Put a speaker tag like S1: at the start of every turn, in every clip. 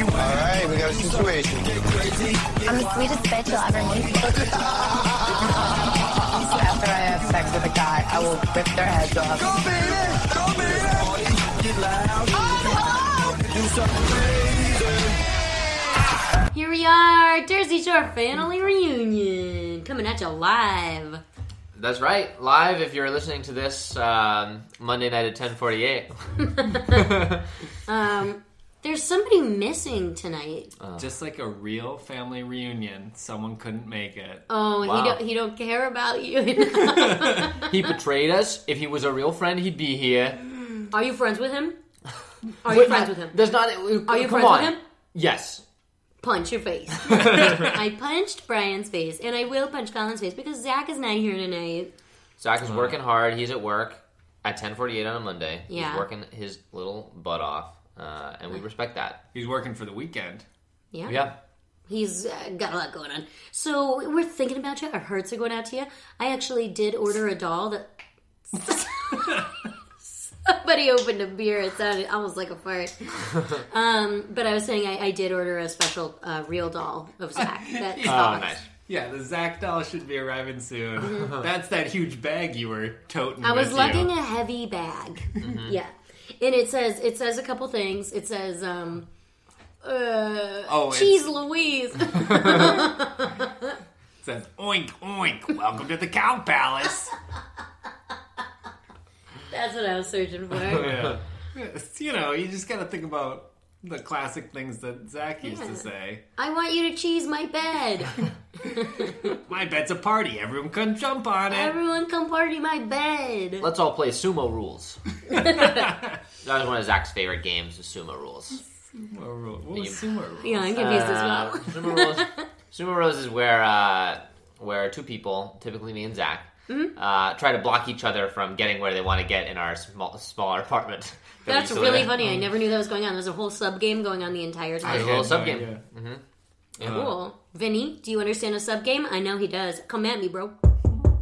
S1: All right, we got a situation.
S2: I'm the sweetest bitch you'll ever meet. After I have sex with a guy, I will rip their heads off.
S3: Here we are, Jersey Shore Family Reunion, coming at you live.
S4: That's right, live. If you're listening to this um, Monday night at 10:48,
S3: Um, there's somebody missing tonight.
S5: Just like a real family reunion, someone couldn't make it.
S3: Oh,
S4: Wow.
S3: he don't he don't care about you.
S4: he betrayed us. If he was a real friend, he'd be here.
S3: Are you friends with him? Are you friends with him?
S4: There's not. uh,
S3: Are you
S4: come
S3: friends
S4: on.
S3: with him?
S4: Yes.
S3: Punch your face. I punched Brian's face, and I will punch Colin's face because Zach is not here tonight.
S4: Zach is working hard. He's at work at 10:48 on a Monday.
S3: Yeah.
S4: He's working his little butt off, uh, and we respect that.
S5: He's working for the weekend.
S3: Yeah,
S4: Yeah.
S3: he's uh, got a lot going on. So we're thinking about you. Our hearts are going out to you. I actually did order a doll that. Somebody opened a beer. It sounded almost like a fart. Um, but I was saying I, I did order a special uh, real doll of Zach. That
S4: Oh, nice.
S5: Yeah, the Zach doll should be arriving soon.
S4: Mm-hmm.
S5: That's that huge bag you were toting.
S3: I was
S5: with
S3: lugging
S5: You. Mm-hmm.
S3: a heavy bag. Yeah, and it says it says a couple things. It says um, uh,
S5: Oh, it's-
S3: cheese Louise.
S5: It says oink oink. Welcome to the cow palace.
S3: That's what I was searching for.
S5: yeah. You know, you just gotta think about the classic things that Zach used
S3: Yeah.
S5: to say.
S3: I want you to cheese my bed.
S5: My bed's a party. Everyone can jump on it.
S3: Everyone, come party my bed.
S4: Let's all play sumo rules. that was one of Zach's favorite games, the sumo rules.
S5: Sumo rule. What was sumo rule?
S3: Yeah, I'm confused as
S4: Uh,
S3: well.
S4: sumo rules. Sumo rules is where uh, where two people, typically me and Zach,
S3: Mm-hmm.
S4: uh, try to block each other from getting where they want to get in our small, smaller apartment. that we
S3: That's
S4: used to
S3: really
S4: live in.
S3: funny. I never knew that was going on. There's a whole sub game going on the entire
S4: There's a
S3: time.
S4: little
S5: had
S4: sub
S5: no
S4: game.
S5: idea.
S4: hmm
S3: Cool. Vinny, do you understand a sub game? I know he does. Come at me, bro.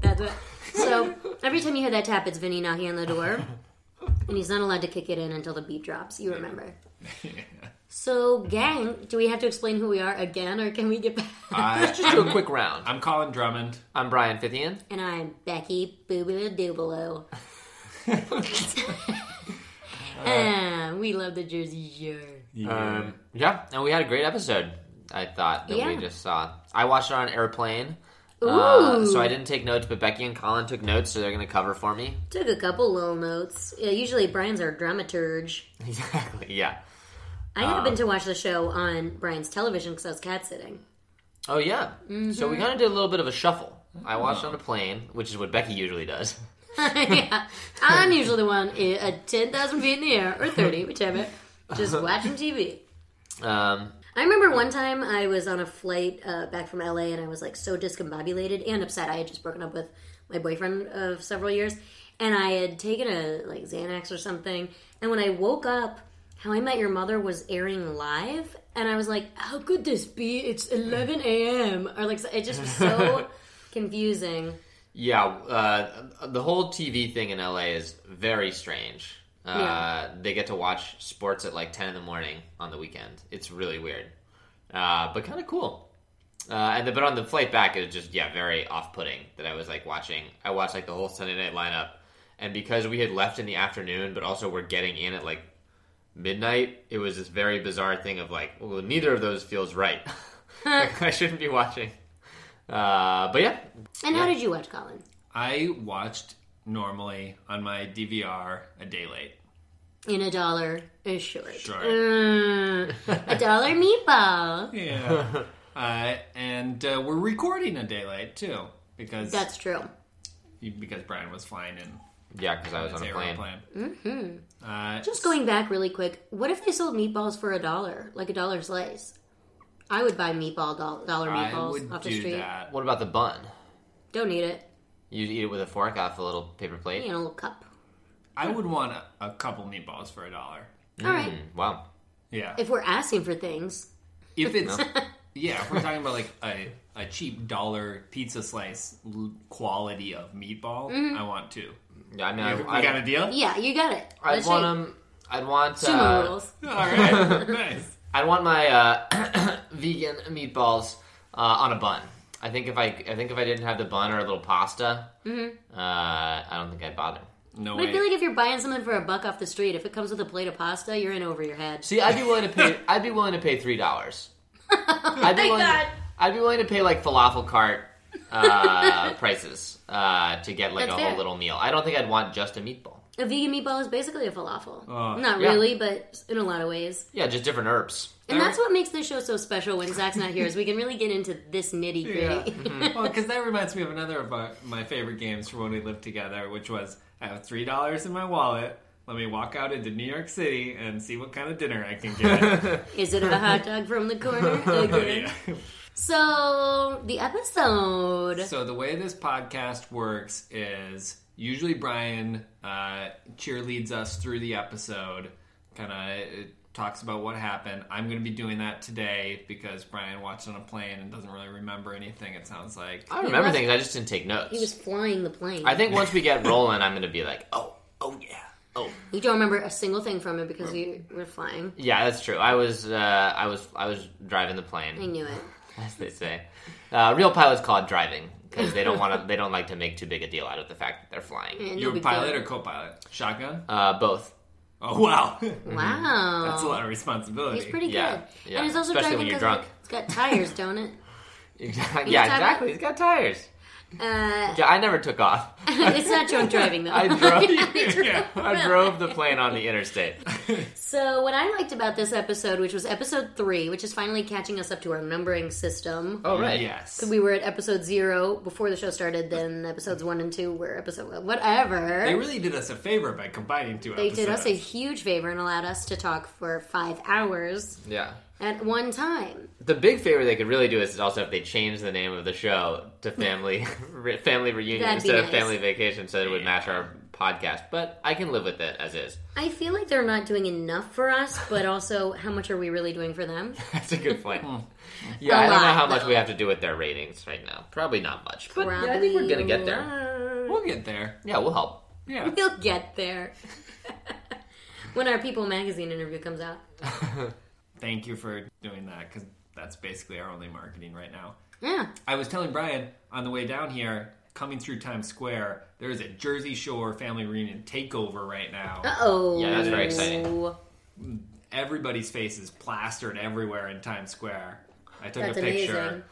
S3: That's what. So every time you hear that tap, it's Vinny knocking on the door, and he's not allowed to kick it in until the beat drops. You remember? So, gang, do we have to explain who we are again, or can we get back?
S5: I,
S4: Just do a quick round.
S5: I'm Colin Drummond.
S4: I'm Brian Fithian.
S3: and I'm Becky Booboo Doobalo. Ah, we love the Jersey Shore.
S5: Uh,
S4: Um, yeah, and we had a great episode. I thought that we
S3: Yeah.
S4: just saw. I watched it on an airplane,
S3: Ooh,
S4: uh, so I didn't take notes, but Becky and Colin took notes, so they're going to cover for me.
S3: took a couple little notes. Yeah, usually Brian's our dramaturge.
S4: Exactly. Yeah.
S3: I happened to watch the show on Brian's television because I was cat sitting.
S4: Oh yeah. So we
S3: Mm-hmm.
S4: kind of did a little bit of a shuffle. I watched on a plane, which is what Becky usually does.
S3: yeah, I'm usually the one i- at ten thousand feet in the air or thirty, whichever, just watching TV.
S4: Um,
S3: I remember one time I was on a flight uh, back from LA and I was like so discombobulated and upset. I had just broken up with my boyfriend of several years and I had taken a like Xanax or something. And when I woke up, How I Met Your Mother was airing live and I was like, how could this be? It's 11 a.m. Or like, it just was so confusing.
S4: yeah, uh, the whole TV thing in LA is very strange. Uh,
S3: Yeah.
S4: They get to watch sports at like ten in the morning on the weekend. It's really weird, uh, but kind of cool. Uh, and the, but on the flight back, it was just yeah, very off-putting. That I was like watching. I watched like the whole Sunday night lineup, and because we had left in the afternoon, but also we're getting in at like midnight, it was this very bizarre thing of like, well, neither of those feels right. Like, I shouldn't be watching. Uh, but yeah,
S3: And how
S4: Yeah.
S3: did you watch Colin?
S5: I watched normally on my DVR a day late.
S3: In a dollar is short.
S5: Short.
S3: Mm, a dollar meatball.
S5: Yeah. uh, and uh, we're recording a day late too because
S3: That's true.
S5: because Brian was flying in
S4: yeah, because I was
S5: his
S4: on a plane.
S5: airplane. Mm-hmm. Uh,
S3: Just going back really quick, what if they sold meatballs for a dollar, like a dollar slice? I would buy meatball doll, dollar
S5: I
S3: meatballs
S5: would
S3: off the
S5: do
S3: street.
S5: that.
S4: What about the bun?
S3: Don't need it.
S4: You eat it with a fork off a little paper plate.
S3: You know, a little cup.
S5: I would want a, a couple meatballs for a dollar.
S3: All right.
S4: Mm, wow.
S5: Yeah.
S3: If we're asking for things,
S5: If it's yeah, if we're talking about like a, a cheap dollar pizza slice l- quality of meatball, I want two.
S4: Yeah, I mean,
S5: You,
S4: I,
S5: we
S4: I,
S5: got a deal?
S3: Mm-hmm. Yeah, you got it.
S4: I'd
S3: That's
S4: want
S3: right.
S4: 'em- I'd want.
S3: Sumo
S4: Uh,
S3: rules.
S5: All right. nice.
S4: I'd want my uh, vegan meatballs uh, on a bun. I think if I, I think if I didn't have the bun or a little pasta, uh,
S3: Mm-hmm.
S4: I don't think I'd bother.
S5: No
S3: But I
S5: way.
S3: feel like if you're buying something for a buck off the street, if it comes with a plate of pasta, you're in over your head.
S4: See, I'd be willing to pay. I'd be willing to pay three dollars. I'd be
S3: Thank
S4: willing.
S3: God.
S4: I'd be willing to pay like falafel cart uh, prices uh, to get like
S3: That's
S4: a whole
S3: fair.
S4: little meal. I don't think I'd want just a meatball.
S3: A vegan meatball is basically a falafel.
S5: Uh,
S3: Not
S4: yeah.
S3: really, but in a lot of ways.
S4: Yeah, just different herbs.
S3: And that's what makes this show so special when Zach's not here, is we can really get into this nitty
S5: Yeah.
S3: gritty.
S5: well, because that reminds me of another of our- my favorite games from when we lived together, which was I have three dollars in my wallet. Let me walk out into New York City and see what kind of dinner I can get. Oh,
S3: Is it a hot dog from the corner again?
S5: Yeah.
S3: So the episode.
S5: So the way this podcast works is usually Brian uh, cheerleads us through the episode, kind of talks about what happened. I'm going to be doing that today because Brian watched on a plane and doesn't really remember anything. It sounds like.
S4: I remember
S3: was-
S4: things. I just didn't take notes.
S3: He was flying the plane.
S4: I think once we get rolling, I'm gonna be like, oh, oh yeah, oh
S3: you don't remember a single thing from it because you were flying.
S4: yeah. That's true. I was, uh, I was, I was driving the
S3: I
S4: plane,
S3: knew it.
S4: as they say. Uh, real pilots call it driving because they don't want to. They don't like to make too big a deal out of the fact that they're flying.
S3: Yeah, no
S5: You a
S3: big
S5: pilot
S3: deal.
S5: or co-pilot? Shotgun?
S4: Uh, both.
S5: Oh wow,
S3: Wow,
S5: that's a lot of responsibility.
S3: He's pretty
S4: Yeah,
S3: good.
S4: yeah.
S3: And it's also
S4: Especially
S3: driving
S4: when you're
S3: 'cause,
S4: drunk.
S3: like, it's got tires, don't it?
S4: Exactly.
S3: You
S4: Yeah,
S3: just have
S4: exactly.
S3: it?
S4: He's got tires.
S3: Uh,
S4: Yeah, I never took off.
S3: it's not drunk driving though.
S4: I drove.
S3: I drove.
S5: Yeah.
S4: I drove the plane on the interstate.
S3: So what I liked about this episode, which was episode three, which is finally catching us up to our numbering system.
S4: Oh right.
S5: Yes.
S3: We were at episode zero before the show started. Then episodes one and two were episode whatever.
S5: They really did us a favor by combining two
S3: They
S5: episodes.
S3: did us a huge favor and allowed us to talk for five hours
S4: Yeah.
S3: at one time.
S4: The big favor they could really do is also if they changed the name of the show to Family Re- Family Reunion
S3: Hmm. That'd be
S4: instead of
S3: nice.
S4: Family Vacation, so it would match our podcast. But I can live with it as is.
S3: I feel like they're not doing enough for us, but also, how much are we really doing for them?
S4: That's a good point. yeah, I don't know
S3: Hmm. lot,
S4: how much
S3: though.
S4: we have to do with their ratings right now. Probably not much, but
S3: Probably
S4: yeah, I think we're gonna get there.
S5: We'll get there.
S4: Yeah, we'll help.
S5: Yeah.
S3: We'll get there. when our People magazine interview comes out.
S5: Thank you for doing that because that's basically our only marketing right now.
S3: Yeah.
S5: I was telling Brian on the way down here, coming through Times Square, there is a Jersey Shore family reunion takeover right now.
S3: Uh oh.
S4: Yeah, that's very exciting.
S5: Everybody's face is plastered everywhere in Times Square. I took
S3: That's
S5: a picture
S3: amazing.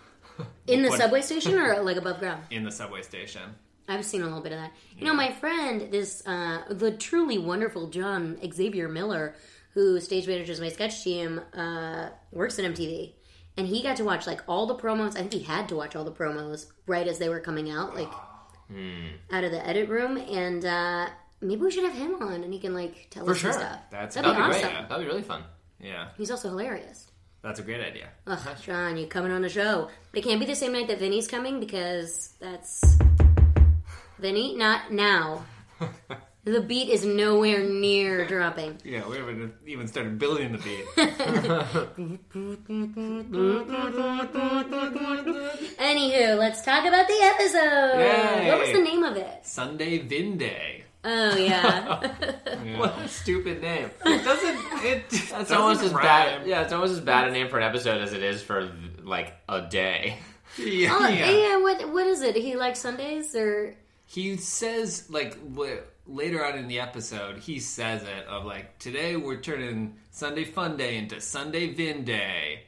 S3: In the
S5: What-
S3: subway station or like above ground?
S5: in the subway station.
S3: I've seen a little bit of that. You know, my friend, this uh, the truly wonderful John Xavier Miller, who stage manages my sketch team, uh, works at MTV, and he got to watch like all the promos. I think he had to watch all the promos right as they were coming out, like out of the edit room. And uh, maybe we should have him on, and he can like tell us some
S4: sure.
S3: stuff.
S5: That's-
S3: That'd
S4: That'd
S3: be
S4: be
S3: awesome.
S4: great. That'd be really fun.
S5: Yeah,
S3: He's also hilarious.
S5: that's a great idea.
S3: Ugh, John, you coming on the show? But it can't be the same night that Vinny's coming because that's Vinny, not now. the beat is nowhere near dropping.
S5: Yeah, we haven't even started building the beat.
S3: Anywho, let's talk about the episode.
S5: Yay.
S3: What was the name of it?
S5: Sunday Vin Day.
S3: Oh yeah,
S5: Yeah.
S4: a stupid name.
S5: it doesn't. It
S4: That's almost as bad. Yeah, it's almost as bad a name for an episode as it is for like a day.
S5: Yeah.
S3: oh,
S5: yeah.
S3: yeah. What what is it? He likes Sundays or
S5: He says like w- later on in the episode, he says it of like today we're turning Sunday Fun Day into Sunday Vin Day,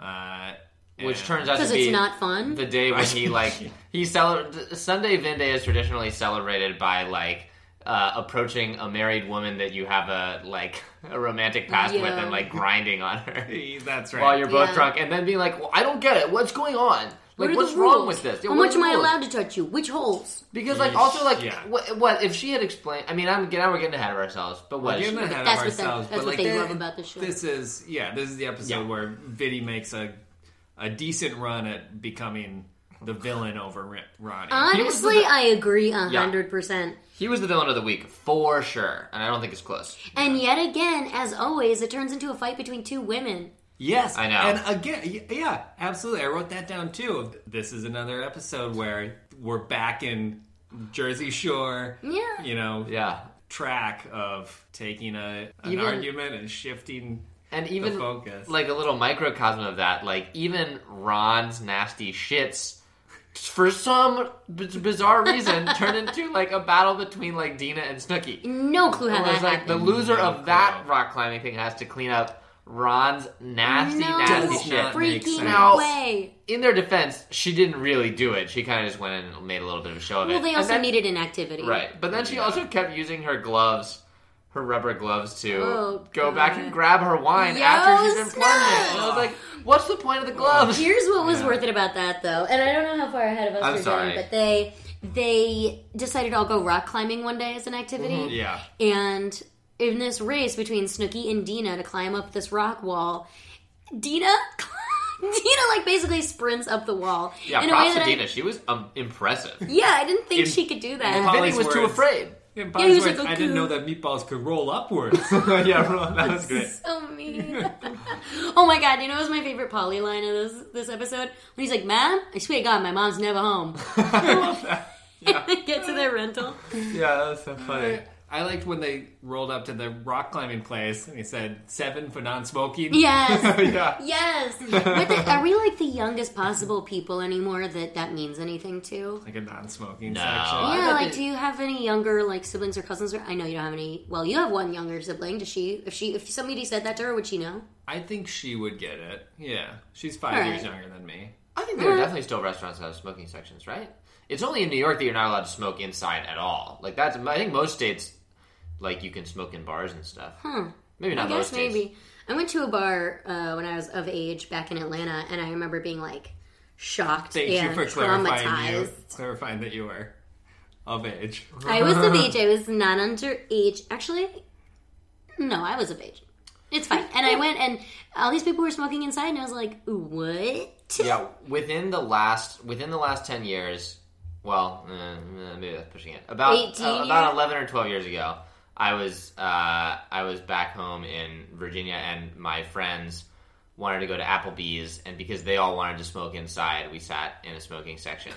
S5: uh,
S4: Which
S5: and-
S4: turns out to
S3: because
S4: be
S3: it's not fun.
S4: the day when he like he cel- Sunday Vin Day is traditionally celebrated by like uh, approaching a married woman that you have a like a romantic past with
S3: Yeah.
S4: and like grinding on her
S5: He- that's right.
S4: while you're both
S3: Yeah.
S4: drunk and then being like well, I don't get it what's going on
S3: What
S4: like
S3: are
S4: what's
S3: the
S4: wrong
S3: rules?
S4: with this Yeah,
S3: How
S4: what are
S3: much
S4: the
S3: am I
S4: rules?
S3: allowed to touch you? Which holes?
S4: because like
S5: Yeesh,
S4: also like
S5: yeah.
S4: what, what if she had explained I mean I'm now we're getting ahead of ourselves but what
S5: We're getting ahead
S3: That's
S5: of
S3: what they-
S5: ourselves,
S3: that's
S5: but
S3: what
S5: like
S3: they
S5: that-
S3: love about this show.
S5: This is yeah, this is the episode
S4: Yeah.
S5: where Vinny makes a a decent run at becoming the villain over Ri- Ronnie.
S3: Honestly, I agree a
S4: Yeah.
S3: hundred percent.
S4: he was the villain of the week for sure and I don't think it's close
S3: And yet again, as always, it turns into a fight between two women.
S5: Yes,
S4: I know.
S5: And again, y- yeah, absolutely. I wrote that down too. This is another episode where we're back in Jersey Shore,
S3: Yeah.
S5: you know,
S4: Yeah.
S5: track of taking a an
S4: Even-
S5: argument and shifting.
S4: And even
S5: focus.
S4: like a little microcosm of that, like even Ron's nasty shits for some b- bizarre reason turn into like a battle between like Dina and Snooki.
S3: No clue how
S4: Well,
S3: that
S4: it's like the
S3: happened.
S4: loser
S5: No
S4: of that
S5: clue.
S4: rock climbing thing has to clean up Ron's nasty,
S3: no
S5: Does
S4: nasty
S5: not
S4: shit.
S5: make
S3: freaking
S5: sense.
S3: way.
S4: In their defense, she didn't really do it. She kind of just went in and made a little bit of a show of it.
S3: Well, they
S4: And
S3: also
S4: then-
S3: needed an activity.
S4: right. But then she also kept using her gloves, her rubber gloves, to
S3: Oh,
S4: go
S3: God.
S4: back and grab her wine
S3: Yo,
S4: after she's been
S3: Snooks!
S4: plunging. And I was like, what's the point of the gloves?
S3: Here's what was
S5: Yeah.
S3: worth it about that, though, and I don't know how far ahead of us
S4: I'm
S3: we're
S4: sorry.
S3: going, but they they decided I'll go rock climbing one day as an activity,
S4: Mm-hmm.
S5: Yeah,
S3: and in this race between Snooki and Dina to climb up this rock wall, Dina. Dina like basically sprints up the wall
S4: Yeah,
S3: in a way
S4: props
S3: that
S4: to
S3: I-
S4: Dina. She was um, impressive.
S3: yeah I didn't think
S5: In-
S3: she could do
S5: in
S3: that.
S5: Polly's
S4: Vinny was too
S5: words.
S4: afraid.
S3: Yeah,
S5: Yeah,
S3: he was
S5: Bonnie's
S3: like,
S5: words, I
S3: "Cuckoo."
S5: didn't know that meatballs could roll upwards. yeah, roll- that was great.
S3: So mean. oh my god, you know what was my favorite Polly line of this this episode? When he's like, Mom, I swear to God, my mom's never home.
S5: I love that. Yeah.
S3: Get to their rental.
S5: Yeah, that was so
S3: Uh,
S5: funny. I liked when they rolled up to the rock climbing place and he said seven for non-smoking.
S3: Yes.
S5: yeah.
S3: Yes. What the, are we like the youngest possible people anymore that that means anything to?
S5: Like a non-smoking
S4: No.
S5: section.
S4: I
S3: Yeah,
S4: bet
S3: like
S4: they-
S3: do you have any younger like siblings or cousins? Or I know you don't have any. Well, you have one younger sibling. Does she? If she, if somebody said that to her, would she know?
S5: I think she would get it. Yeah, she's five
S3: All
S5: years
S3: right.
S5: younger than me.
S4: I think there are definitely still restaurants that have smoking sections, right? It's only in New York that you're not allowed to smoke inside at all. Like that's, I think most states, like you can smoke in bars and stuff.
S3: Huh.
S4: Maybe
S3: I
S4: not most
S3: guess
S4: states.
S3: maybe. I went to a bar uh, when I was of age back in Atlanta, and I remember being like shocked
S5: Thank
S3: and
S5: you for clarifying
S3: traumatized.
S5: you, clarifying that you were of age.
S3: I was of age. I was not underage. Actually, no, I was of age. It's fine. And I went, and all these people were smoking inside, and I was like, what?
S4: Yeah, within the last within the last ten years, well, eh, eh, maybe that's pushing it. About
S3: 18
S4: uh, about
S3: years?
S4: eleven or twelve years ago, I was uh, I was back home in Virginia, and my friends wanted to go to Applebee's, and because they all wanted to smoke inside, we sat in a smoking section.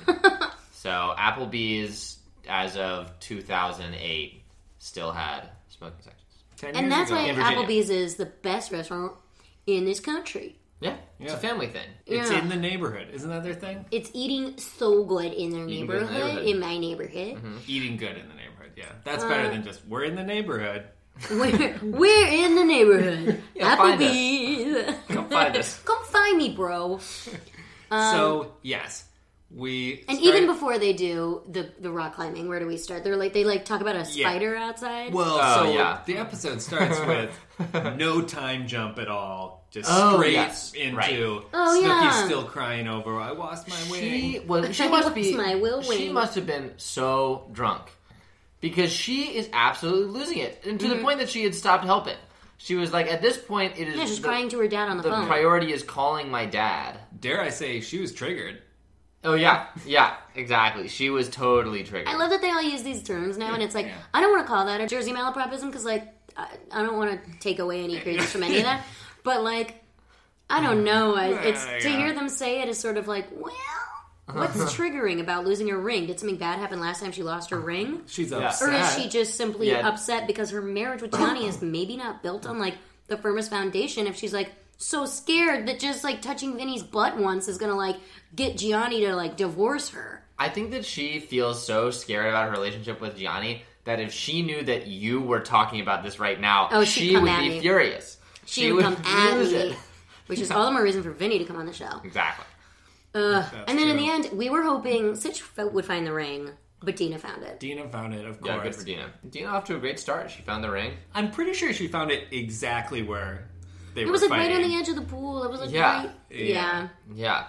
S4: so Applebee's, as of two thousand eight, still had smoking sections.
S5: Ten
S3: And
S5: years
S3: that's
S5: ago.
S3: why
S4: in Virginia.
S3: Applebee's is the best restaurant in this country.
S4: Yeah, it's
S5: Yeah.
S4: a family thing.
S5: it's
S3: Yeah.
S5: in the neighborhood. Isn't that their thing?
S3: It's eating so good in their
S4: Eating good in
S3: neighborhood,
S4: the neighborhood. Mm-hmm.
S3: in my neighborhood.
S5: Eating good in the neighborhood. Yeah, that's better
S3: Uh,
S5: than just we're in the neighborhood.
S3: We're, we're in the neighborhood.
S4: Yeah, find us.
S3: Applebee's.
S4: Come find us.
S3: Come find me, bro.
S5: so yes, we
S3: um, And
S5: start-
S3: even before they do the, the rock climbing, where do we start? They're like they like talk about a
S5: Yeah.
S3: spider outside.
S5: Well,
S4: Oh,
S5: so
S4: yeah.
S5: the episode starts with no time jump at all, just
S4: Oh,
S5: straight
S4: yes.
S5: into
S4: Right.
S3: Oh,
S5: Snooki
S3: yeah.
S5: still crying over I lost my wing.
S4: She was. She
S3: I
S4: must
S3: lost
S4: be.
S3: my will
S4: she
S3: wing.
S4: must have been so drunk because she is absolutely losing it, and to the point that she had stopped helping. She was like, at this point, it is
S3: Mm-hmm. yeah, just
S4: the,
S3: crying to her dad on the,
S4: the
S3: phone.
S4: priority is calling my dad.
S5: Dare I say she was triggered?
S4: Oh yeah, yeah, exactly. She was totally triggered.
S3: I love that they all use these terms now, and it's like
S5: Yeah.
S3: I don't want to call that a Jersey malapropism because like I, I don't want to take away any credence from any of that, but like I don't know. I, it's to
S5: Mm. Yeah.
S3: hear them say it is sort of like well. What's triggering about losing her ring? Did something bad happen last time she lost
S5: Uh-huh.
S3: her ring?
S5: She's
S4: Yeah.
S5: upset.
S3: Or is she just simply
S4: Yeah.
S3: upset because her marriage with Johnny is maybe not built on like the firmest foundation if she's like so scared that just like touching Vinny's butt once is gonna like get Gianni to like divorce her.
S4: I think that she feels so scared about her relationship with Gianni that if she knew that you were talking about this right now,
S3: Oh, she'd
S4: she
S3: come
S4: would
S3: at
S4: be
S3: me.
S4: furious.
S3: She, would come at
S4: lose
S3: me.
S4: it.
S3: Which is all the more reason for Vinny to come on the show.
S4: Exactly.
S3: Ugh.
S5: That's
S3: And then in
S5: true.
S3: the end, we were hoping Sitch fo- would find the ring, but Dina found it.
S5: Dina found it, of
S4: Yeah, good
S5: course.
S4: for Dina. Dina off to a great start. She found the ring.
S5: I'm pretty sure she found it exactly where they
S3: It
S5: were
S3: was like
S5: fighting.
S3: right on the edge of the pool. It was like
S4: Yeah.
S3: right.
S5: Yeah.
S3: yeah.
S4: Yeah.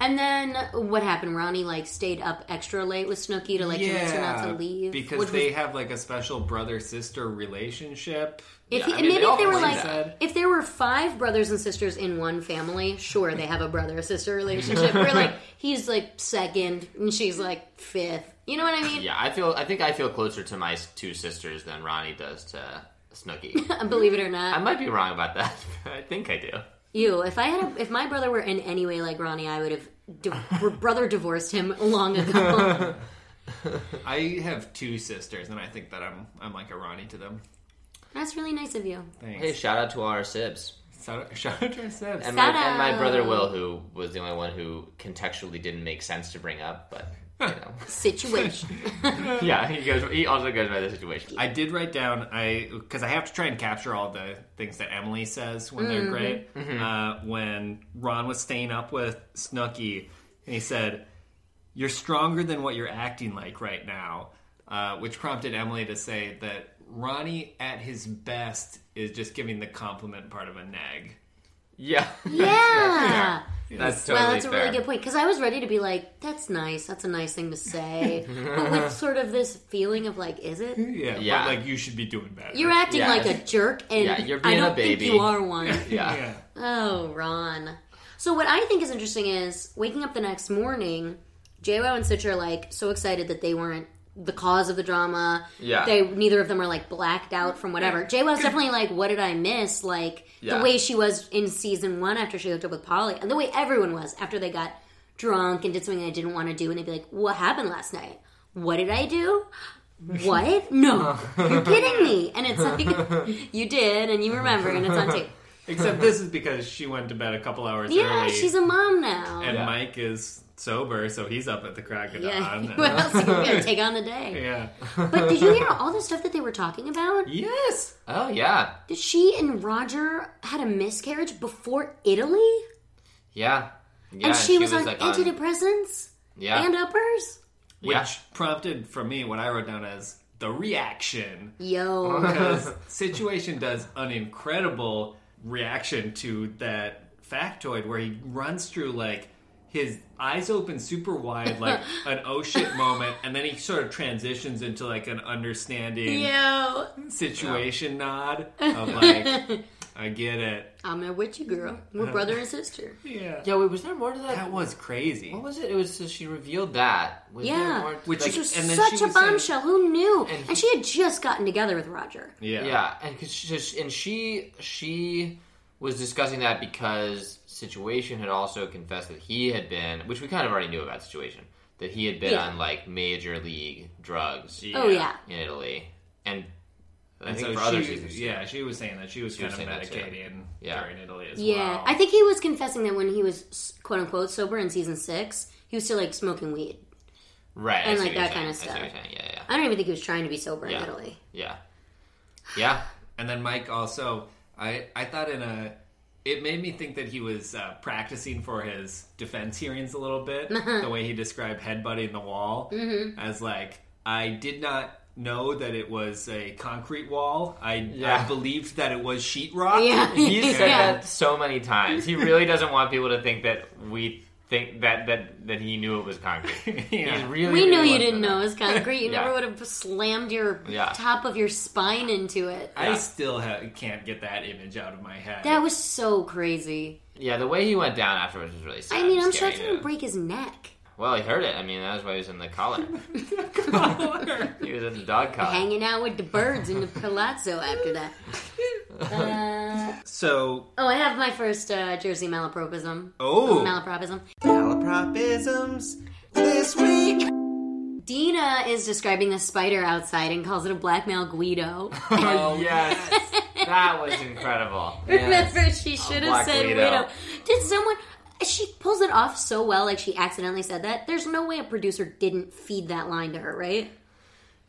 S3: And then what happened? Ronnie like stayed up extra late with Snooki to like convince her not to leave.
S5: because
S3: which
S5: they
S3: was,
S5: have like a special brother sister relationship.
S3: if
S4: yeah,
S3: he-
S4: I
S3: and
S4: mean,
S3: maybe
S4: they all
S3: if they were
S4: claim
S3: like
S5: that.
S3: if there were five brothers and sisters in one family, sure they have a brother sister relationship. where like he's like second and she's like fifth. You know what I mean?
S4: Yeah, I feel. I think I feel closer to my s- two sisters than Ronnie does to Snooky.
S3: Believe it or not,
S4: I might be wrong about that. I think I do.
S3: you. If I had, a, if my brother were in any way like Ronnie, I would have di- brother divorced him long ago.
S5: I have two sisters, and I think that I'm I'm like a Ronnie to them.
S3: That's really nice of you.
S5: Thanks.
S4: Hey, shout out to all our sibs.
S5: shout, shout out to our sibs.
S4: And my,
S3: Shout
S4: and my
S3: out.
S4: brother Will, who was the only one who contextually didn't make sense to bring up, but you know,
S3: Situation.
S4: yeah, he goes. He also goes by the situation.
S5: I did write down I because I have to try and capture all the things that Emily says when they're
S3: Mm-hmm.
S5: great.
S4: Mm-hmm.
S5: Uh, when Ron was staying up with Snooky, and he said, "You're stronger than what you're acting like right now," uh, which prompted Emily to say that Ronnie at his best is just giving the compliment part of a nag.
S4: Yeah,
S3: yeah.
S4: that's totally
S3: Wow, that's a
S4: fair.
S3: really good point. Because I was ready to be like, that's nice. That's a nice thing to say. but with sort of this feeling of like, is it?
S5: Yeah,
S4: Yeah.
S5: But, like you should be doing better.
S3: You're acting
S4: Yeah.
S3: like a jerk, and
S4: Yeah, you're
S3: I
S4: being a
S3: don't
S4: baby.
S3: think you are one.
S4: Yeah.
S5: yeah.
S3: Oh, Ron. So what I think is interesting is waking up the next morning, JWoww and Sitch are like so excited that they weren't the cause of the drama.
S4: Yeah.
S3: They neither of them are like blacked out from whatever. JWoww's definitely like, what did I miss? Like
S4: Yeah.
S3: the way she was in season one after she hooked up with Polly, and the way everyone was after they got drunk and did something they didn't want to do, and they'd be like, What happened last night? What did I do? What? No. You're kidding me. And it's like you did and you remember and it's on tape.
S5: Except this is because she went to bed a couple hours
S3: Yeah,
S5: early.
S3: she's a mom now.
S5: and
S4: Yeah.
S5: Mike is sober, so he's up at the crack of dawn.
S3: yeah, what else are you gonna take on the day?
S5: yeah.
S3: But did you hear all the stuff that they were talking about?
S5: Yes.
S4: Oh yeah,
S3: That she and Roger had a miscarriage before Italy,
S4: yeah, yeah.
S3: and she, was, on antidepressants
S4: yeah,
S3: and uppers.
S5: Which
S4: yeah.
S5: prompted for me what I wrote down as the reaction.
S3: Yo,
S5: Because Situation does an incredible reaction to that factoid where he runs through like his eyes open super wide, like an oh shit moment, and then he sort of transitions into like an understanding
S3: yo,
S5: situation nod of like, I get it.
S3: I'm there with you, girl. We're brother and sister.
S5: Yeah.
S4: Yeah, wait, was there more to that?
S5: That was crazy.
S4: What was it? It was so she revealed that. Was there
S3: Yeah.
S4: more to-
S5: Which
S4: like,
S3: Which was
S5: and then
S3: such
S5: she
S3: a
S5: was saying-
S3: bombshell. Who knew? And, she had just gotten together with Roger.
S5: Yeah.
S4: yeah, and 'cause she just- and she she was discussing that because situation had also confessed that he had been, which we kind of already knew about situation, that he had been
S3: Yeah.
S4: on like major league drugs
S3: Oh yeah,
S4: in Italy, and I
S5: And
S4: think
S5: so
S4: for other
S5: she-
S4: reasons,
S5: Yeah, she was saying that she was kind
S4: was
S5: of
S4: saying that too.
S5: medicating
S4: Yeah.
S5: during Italy as
S3: yeah.
S5: well.
S3: I think he was confessing that when he was quote unquote sober in season six, he was still like smoking weed.
S4: right, I
S3: And,
S4: see
S3: like,
S4: what you're
S3: that kinda
S4: saying. I see
S3: stuff.
S4: what you're saying. Yeah,
S3: I don't even think he was trying to be sober in
S4: Yeah.
S3: Italy.
S4: yeah, yeah, yeah.
S5: and then Mike also, I I thought in a, it made me think that he was uh, practicing for his defense hearings a little bit. the way he described headbutting the wall
S3: Mm-hmm.
S5: as like I did not know that it was a concrete wall. I, I
S4: Yeah.
S5: believed that it was sheetrock.
S3: Yeah.
S4: He's said
S3: Yeah.
S4: that so many times. He really doesn't want people to think that we think that that that he knew it was concrete.
S5: Yeah.
S4: He's really
S3: We
S4: really
S3: knew you
S4: wants to
S3: didn't know it was concrete. You
S4: Yeah.
S3: never would have slammed your
S4: Yeah.
S3: top of your spine into it.
S5: I
S4: Yeah.
S5: still ha- can't get that image out of my head.
S3: That was so crazy.
S4: Yeah, the way he went down afterwards was really sad.
S3: I mean,
S4: and
S3: I'm
S4: scary.
S3: shocked he didn't break his neck.
S4: Well, he heard it. I mean, that was why he was in the collar. he was in the dog collar.
S3: Hanging out with the birds in the palazzo after that. Uh,
S5: so
S3: oh, I have my first uh, Jersey malapropism.
S5: oh.
S3: Malapropism.
S5: Malapropisms this week.
S3: Dina is describing the spider outside and calls it a blackmail Guido.
S4: Oh yes, that was incredible.
S3: Remember, she should have
S4: Black
S3: said
S4: Widow.
S3: widow. Did someone? She pulls it off so well, like she accidentally said that. There's no way a producer didn't feed that line to her, right?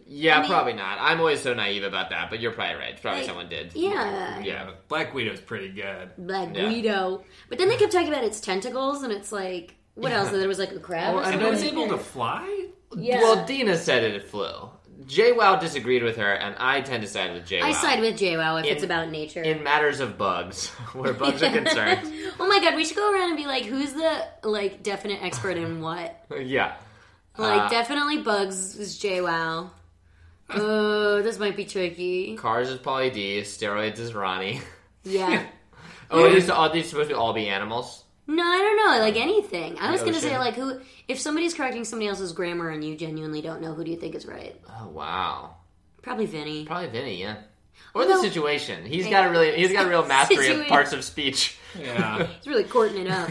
S4: Yeah,
S3: mean-
S4: probably not. I'm always so naive about that, but you're probably right. Probably
S3: Like,
S4: someone did.
S3: Yeah.
S4: Yeah.
S5: Black Widow's pretty good.
S3: Black
S4: Yeah.
S3: Guido. But then they kept talking about its tentacles, and it's like, what else? There was like a crab. or
S5: And
S3: something?
S5: it was able to fly?
S3: Yeah.
S4: Well, Dina said it flew. JWoww disagreed with her, and I tend to side with JWoww.
S3: I side with JWoww if
S4: In-
S3: it's about nature.
S4: in matters of bugs, where bugs are concerned.
S3: oh my god, we should go around and be like, who's the like definite expert in what?
S4: yeah.
S3: Like
S4: Uh,
S3: definitely bugs is JWoww. Oh, this might be tricky.
S4: Cars is Polly D. Steroids is Ronnie.
S3: Yeah.
S4: Oh, these are these supposed to all be animals?
S3: No, I don't know. Like anything. I was
S4: The
S3: going to
S4: ocean.
S3: say, like, who, if somebody's correcting somebody else's grammar and you genuinely don't know, who do you think is right?
S4: Oh wow,
S3: Probably Vinny.
S4: probably Vinny. Yeah. Or the
S3: Although-
S4: situation. He's got a really he's got a real mastery of parts of speech.
S5: Yeah.
S3: He's really courting it up.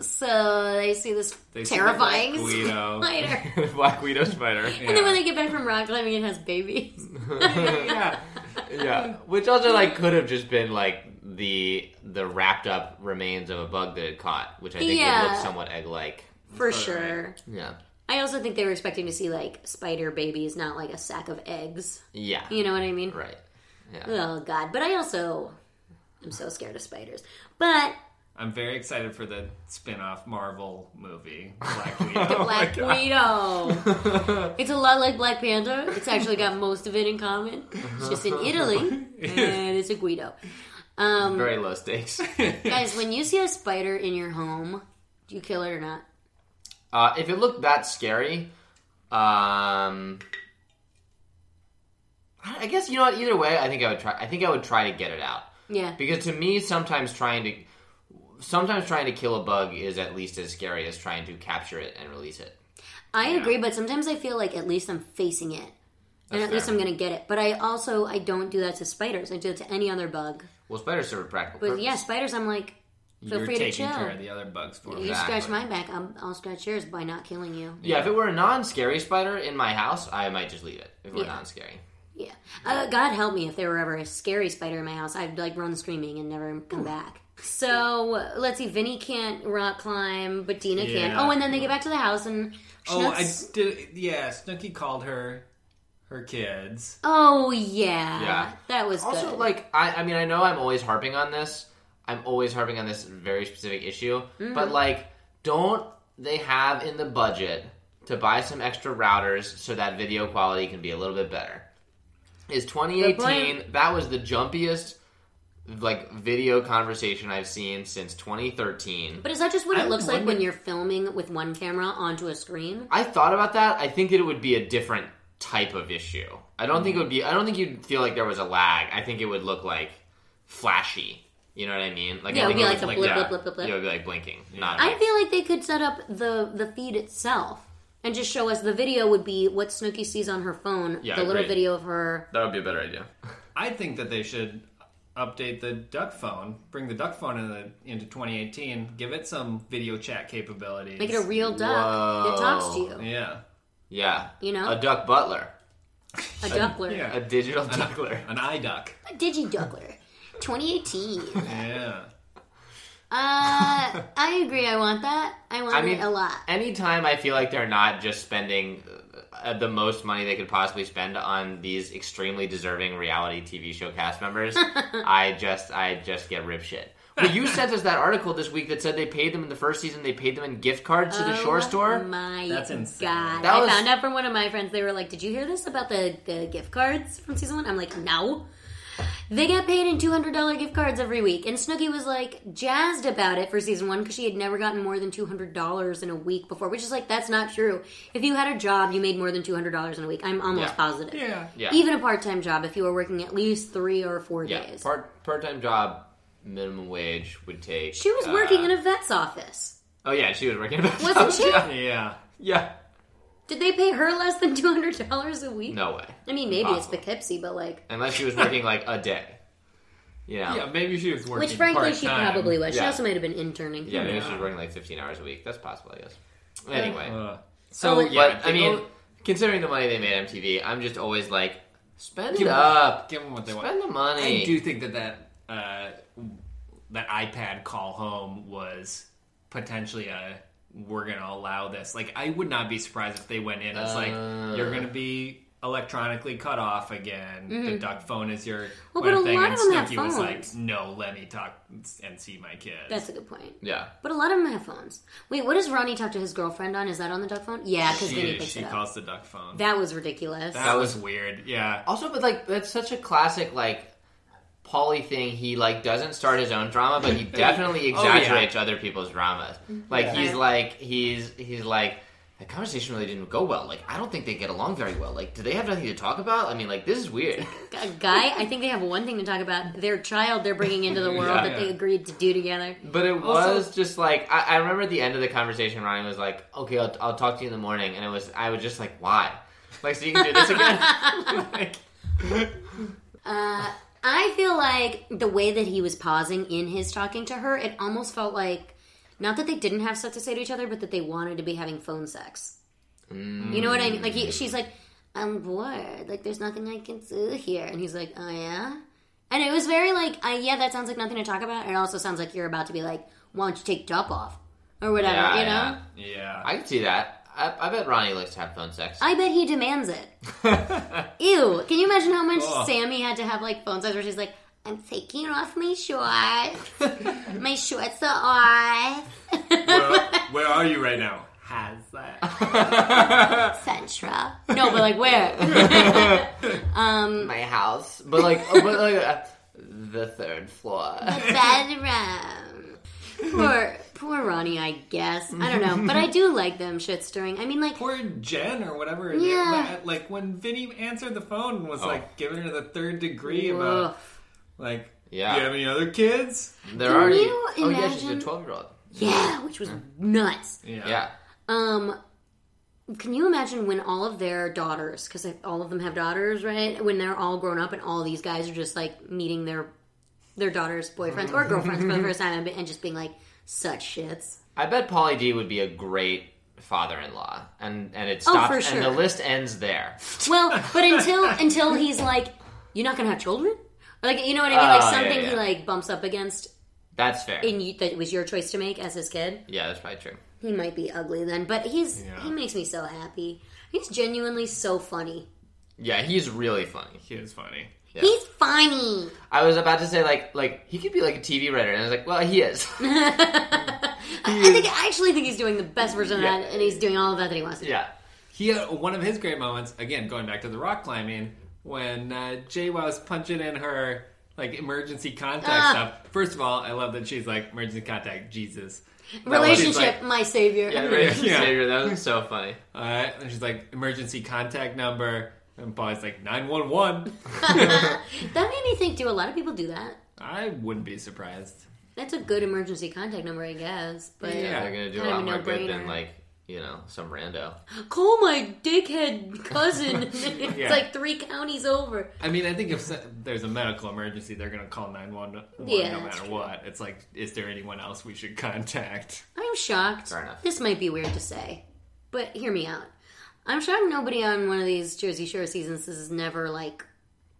S3: So they see this
S5: They see the
S3: terrifying
S5: Black Guido.
S3: spider.
S4: Black Widow spider.
S3: And then when they get back from rock climbing, it has babies.
S5: yeah.
S4: yeah, which also like could have just been like the the wrapped up remains of a bug that it caught, which I think
S3: Yeah.
S4: would look somewhat egg like.
S3: For
S5: That's all
S3: sure.
S4: Yeah,
S3: I also think they were expecting to see like spider babies, not like a sack of eggs.
S4: yeah,
S3: You know what I mean?
S4: right. Yeah,
S3: Oh god. But I also I'm so scared of spiders. But
S5: I'm very excited for the spin-off Marvel movie, Black
S4: Oh
S5: Widow.
S3: Black Guido. it's a lot like Black Panther. It's actually got most of it in common. It's just in Italy, and it's a Guido. Um,
S4: very low stakes.
S3: guys, when you see a spider in your home, do you kill it or not?
S4: uh, if it looked that scary, um, I I guess you know what. Either way, I think I would try. I think I would try to get it out.
S3: Yeah.
S4: Because to me, sometimes trying to sometimes trying to kill a bug is at least as scary as trying to capture it and release it.
S3: I agree, but sometimes I feel like at least I'm facing it. And
S4: That's
S3: at least
S4: fair.
S3: I'm gonna get it. But I also I don't do that to spiders. I do it to any other bug.
S4: Well, spiders serve a practical
S3: But
S4: purpose.
S3: yeah, spiders I'm like, feel
S5: You're
S3: free to
S5: taking
S3: chill.
S5: care of the other bugs for me.
S3: You
S4: Exactly.
S3: scratch my back, I'm, I'll scratch yours by not killing you.
S4: Yeah, if it were a non-scary spider in my house, I might just leave it. If it were
S3: Yeah.
S4: non-scary,
S3: Yeah. Uh, God help me if there were ever a scary spider in my house. I'd like run screaming and never
S5: Hmm.
S3: come back. So let's see. Vinny can't rock climb, but Dina can.
S5: Yeah.
S3: Oh, and then they get back to the house and
S5: Oh, I
S3: Schnucks.
S5: did. Yeah, Snooki called her her kids.
S3: Oh yeah,
S4: Yeah.
S3: that was
S4: also
S3: good.
S4: like I, I mean, I know I'm always harping on this. I'm always harping on this very specific issue, but like, don't they have in the budget to buy some extra routers so that video quality can be a little bit better? Is 2018 that was the jumpiest like video conversation I've seen since 2013.
S3: but is that just what
S5: I
S3: it looks like when
S5: wonder-
S3: you're filming with one camera onto a screen?
S4: I thought about that. I think it would be a different type of issue. I don't think it would be. I don't think you'd feel like there was a lag. I think it would look like flashy. You know what I mean? Like
S3: Yeah,
S4: I
S3: it would
S4: think
S3: be like a
S4: would
S3: blip, blip,
S4: look that.
S3: blip, blip, blip.
S4: Yeah, it would be like blinking. Not.
S3: I feel like they could set up the the feed itself and just show us the video would be what Snooki sees on her phone,
S4: Yeah,
S3: the little
S4: agreed.
S3: video of her.
S4: that would be a better idea.
S5: I think that they should update the duck phone, bring the duck phone in the, into 2018, give it some video chat capabilities.
S3: Make it a real duck that talks to you.
S5: yeah,
S4: Yeah.
S3: You know?
S4: a duck butler,
S3: A duckler.
S5: yeah.
S4: a digital duckler.
S5: an eye duck.
S3: A digiduckler. 2018.
S5: Yeah,
S3: Uh, I agree. I want that. I want
S4: I mean,
S3: it a lot.
S4: Anytime I feel like they're not just spending uh, the most money they could possibly spend on these extremely deserving reality TV show cast members, I just I just get rip shit. Well, you sent us that article this week that said they paid them in the first season. They paid them in gift cards to the
S3: Oh
S4: Shore Store.
S3: My
S5: That's insane.
S3: God.
S4: That
S3: I
S4: was-
S3: found out from one of my friends. They were like, Did you hear this about the, the gift cards from season one? I'm like, No. They got paid in $200 gift cards every week. And Snooki was like jazzed about it for season one because she had never gotten more than $200 in a week before, which is like, that's not true. If you had a job, you made more than $200 in a week. I'm almost
S4: Yeah.
S3: positive.
S5: yeah.
S4: Yeah,
S3: Even a part time job, if you were working at least three or four
S4: yeah.
S3: days.
S4: Part part time job, minimum wage would take.
S3: she was
S4: uh,
S3: working in a vet's office.
S4: Oh yeah, she was working. At
S3: Wasn't she?
S4: Yeah.
S5: yeah.
S4: yeah.
S3: Did they pay her less than $200 a week?
S4: No way.
S3: I mean, maybe
S4: Impossible.
S3: it's Poughkeepsie, but like,
S4: Unless she was working like a day. You know?
S5: Yeah, maybe she was working.
S3: which frankly she
S5: part-time.
S3: probably was. She
S4: Yeah.
S3: also might have been interning.
S4: Yeah, maybe
S5: Yeah.
S4: she's working like 15 hours a week. That's possible, I guess. Anyway,
S5: Uh,
S3: Oh,
S5: so
S3: wait.
S5: yeah,
S4: but
S5: they
S4: I mean,
S5: go-
S4: considering the money they made MTV, I'm just always like, spend
S5: Give
S4: it
S5: them-
S4: up,
S5: give them what they want.
S4: spend the money.
S5: I do think that that uh, that iPad call home was potentially a we're gonna allow this. Like I would not be surprised if they went in. It's
S4: Uh.
S5: like you're gonna be electronically cut off again. The duck phone is your
S3: Mm-hmm. Well,
S5: one
S3: but a
S5: thing,
S3: lot
S5: and
S3: of them have
S5: Snooki was like,
S3: phones.
S5: "No, let me talk and see my kids."
S3: That's a good point.
S4: Yeah,
S3: But a lot of them have phones. Wait, what does Ronnie talk to his girlfriend on? Is that on the duck phone? Yeah, because Vinny
S5: she
S3: picks
S5: she
S3: it up.
S5: calls the duck phone. That,
S3: that was ridiculous.
S5: was weird. Yeah.
S4: Also, but like that's such a classic like Paulie thing. He like doesn't start his own drama, but he definitely
S5: Oh, yeah.
S4: exaggerates other people's dramas. Like
S3: Yeah.
S4: he's like he's he's like the conversation really didn't go well. Like I don't think they get along very well. Like do they have nothing to talk about? I mean, like this is weird.
S3: A guy, I think they have one thing to talk about: their child they're bringing into the world
S5: Yeah.
S3: that they agreed to do together.
S4: But it
S5: Also-
S4: was just like I, I remember at the end of the conversation, Ryan was like, "Okay, I'll, I'll talk to you in the morning," and it was I was just like, "Why?" Like, so you can do this again? like,
S3: Uh, I feel like the way that he was pausing in his talking to her, it almost felt like Not that they didn't have stuff to say to each other, but that they wanted to be having phone sex. You know what I mean? Like he, she's like, I'm bored. Like there's nothing I can do here, and he's like, Oh yeah. And it was very like, uh, yeah, that sounds like nothing to talk about. And it also sounds like you're about to be like, why don't you take top off or whatever,
S4: Yeah,
S3: you know?
S4: yeah.
S5: Yeah.
S4: I can see that. I, I bet Ronnie likes to have phone sex.
S3: I bet he demands it. Ew. Can you imagine how much
S5: Ugh.
S3: Sammy had to have like phone sex where she's like, I'm taking off my shorts. my shorts are off.
S5: where, Uh, where are you right now? Has that?
S3: Centra. No, but like where?
S4: my house, but like, but like uh, the third floor.
S3: bedroom. Poor, poor Ronnie, I guess. I don't know. But I do like them shit stirring. I mean, like,
S5: Poor Jen or whatever.
S3: Yeah.
S5: Like when Vinny answered the phone and was like giving her the third degree
S3: ugh.
S5: about like,
S4: Yeah.
S5: you have any other kids?
S4: They're
S3: Can
S4: already.
S3: you
S4: Oh yeah, she's a
S3: imagine-
S4: twelve-year-old.
S3: yeah, which was nuts.
S4: Yeah.
S3: Um, can you imagine when all of their daughters, because all of them have daughters, right? When they're all grown up and all these guys are just like meeting their their daughters' boyfriends or girlfriends for the first time and, be- and just being like such shits.
S4: I bet Pauly D would be a great father-in-law, and and it
S3: Oh,
S4: stops,
S3: for
S4: and the
S3: sure.
S4: list ends there.
S3: Well, but until until he's like, you're not gonna have children, like you know what I mean, like
S4: Oh, yeah,
S3: something
S4: yeah.
S3: he like bumps up against
S4: That's fair.
S3: in you, that was your choice to make as his kid.
S4: yeah, that's probably true.
S3: He might be ugly then, but he's
S5: Yeah.
S3: he makes me so happy. He's genuinely so funny.
S4: Yeah, he's really funny.
S5: He is funny.
S4: Yeah.
S3: He's funny.
S4: I was about to say like like he could be like a TV writer, and I was like, well, he is.
S3: I, I think I actually think he's doing the best version of that, and he's doing all of that that he wants to. do.
S4: yeah.
S5: He had one of his great moments, again, going back to the rock climbing, when uh, Jay was punching in her like emergency contact
S3: Ah.
S5: stuff. First of all, I love that she's like emergency contact Jesus. That was- she's
S3: Relationship,
S5: like,
S3: my savior.
S4: Yeah,
S5: Yeah.
S4: Xavier, that was so funny.
S5: uh, and she's like emergency contact number, and Paul's like nine one one.
S3: That made me think. Do a lot of people do that?
S5: I wouldn't be surprised.
S3: That's a good emergency contact number, I guess. But
S4: Yeah,
S5: Yeah.
S4: they're gonna do a
S3: Kind
S4: lot
S3: of a
S4: more good
S3: no-brainer.
S4: than like you know some rando.
S3: call my dickhead cousin. it's
S5: Yeah.
S3: like three counties over.
S5: I mean, I think if se- there's a medical emergency, they're going to call 911
S3: Yeah,
S5: no
S3: that's
S5: matter
S3: true.
S5: what. It's like, is there anyone else we should contact?
S3: I'm shocked.
S4: Fair enough.
S3: This might be weird to say, but hear me out. I'm shocked nobody on one of these Jersey Shore seasons has never like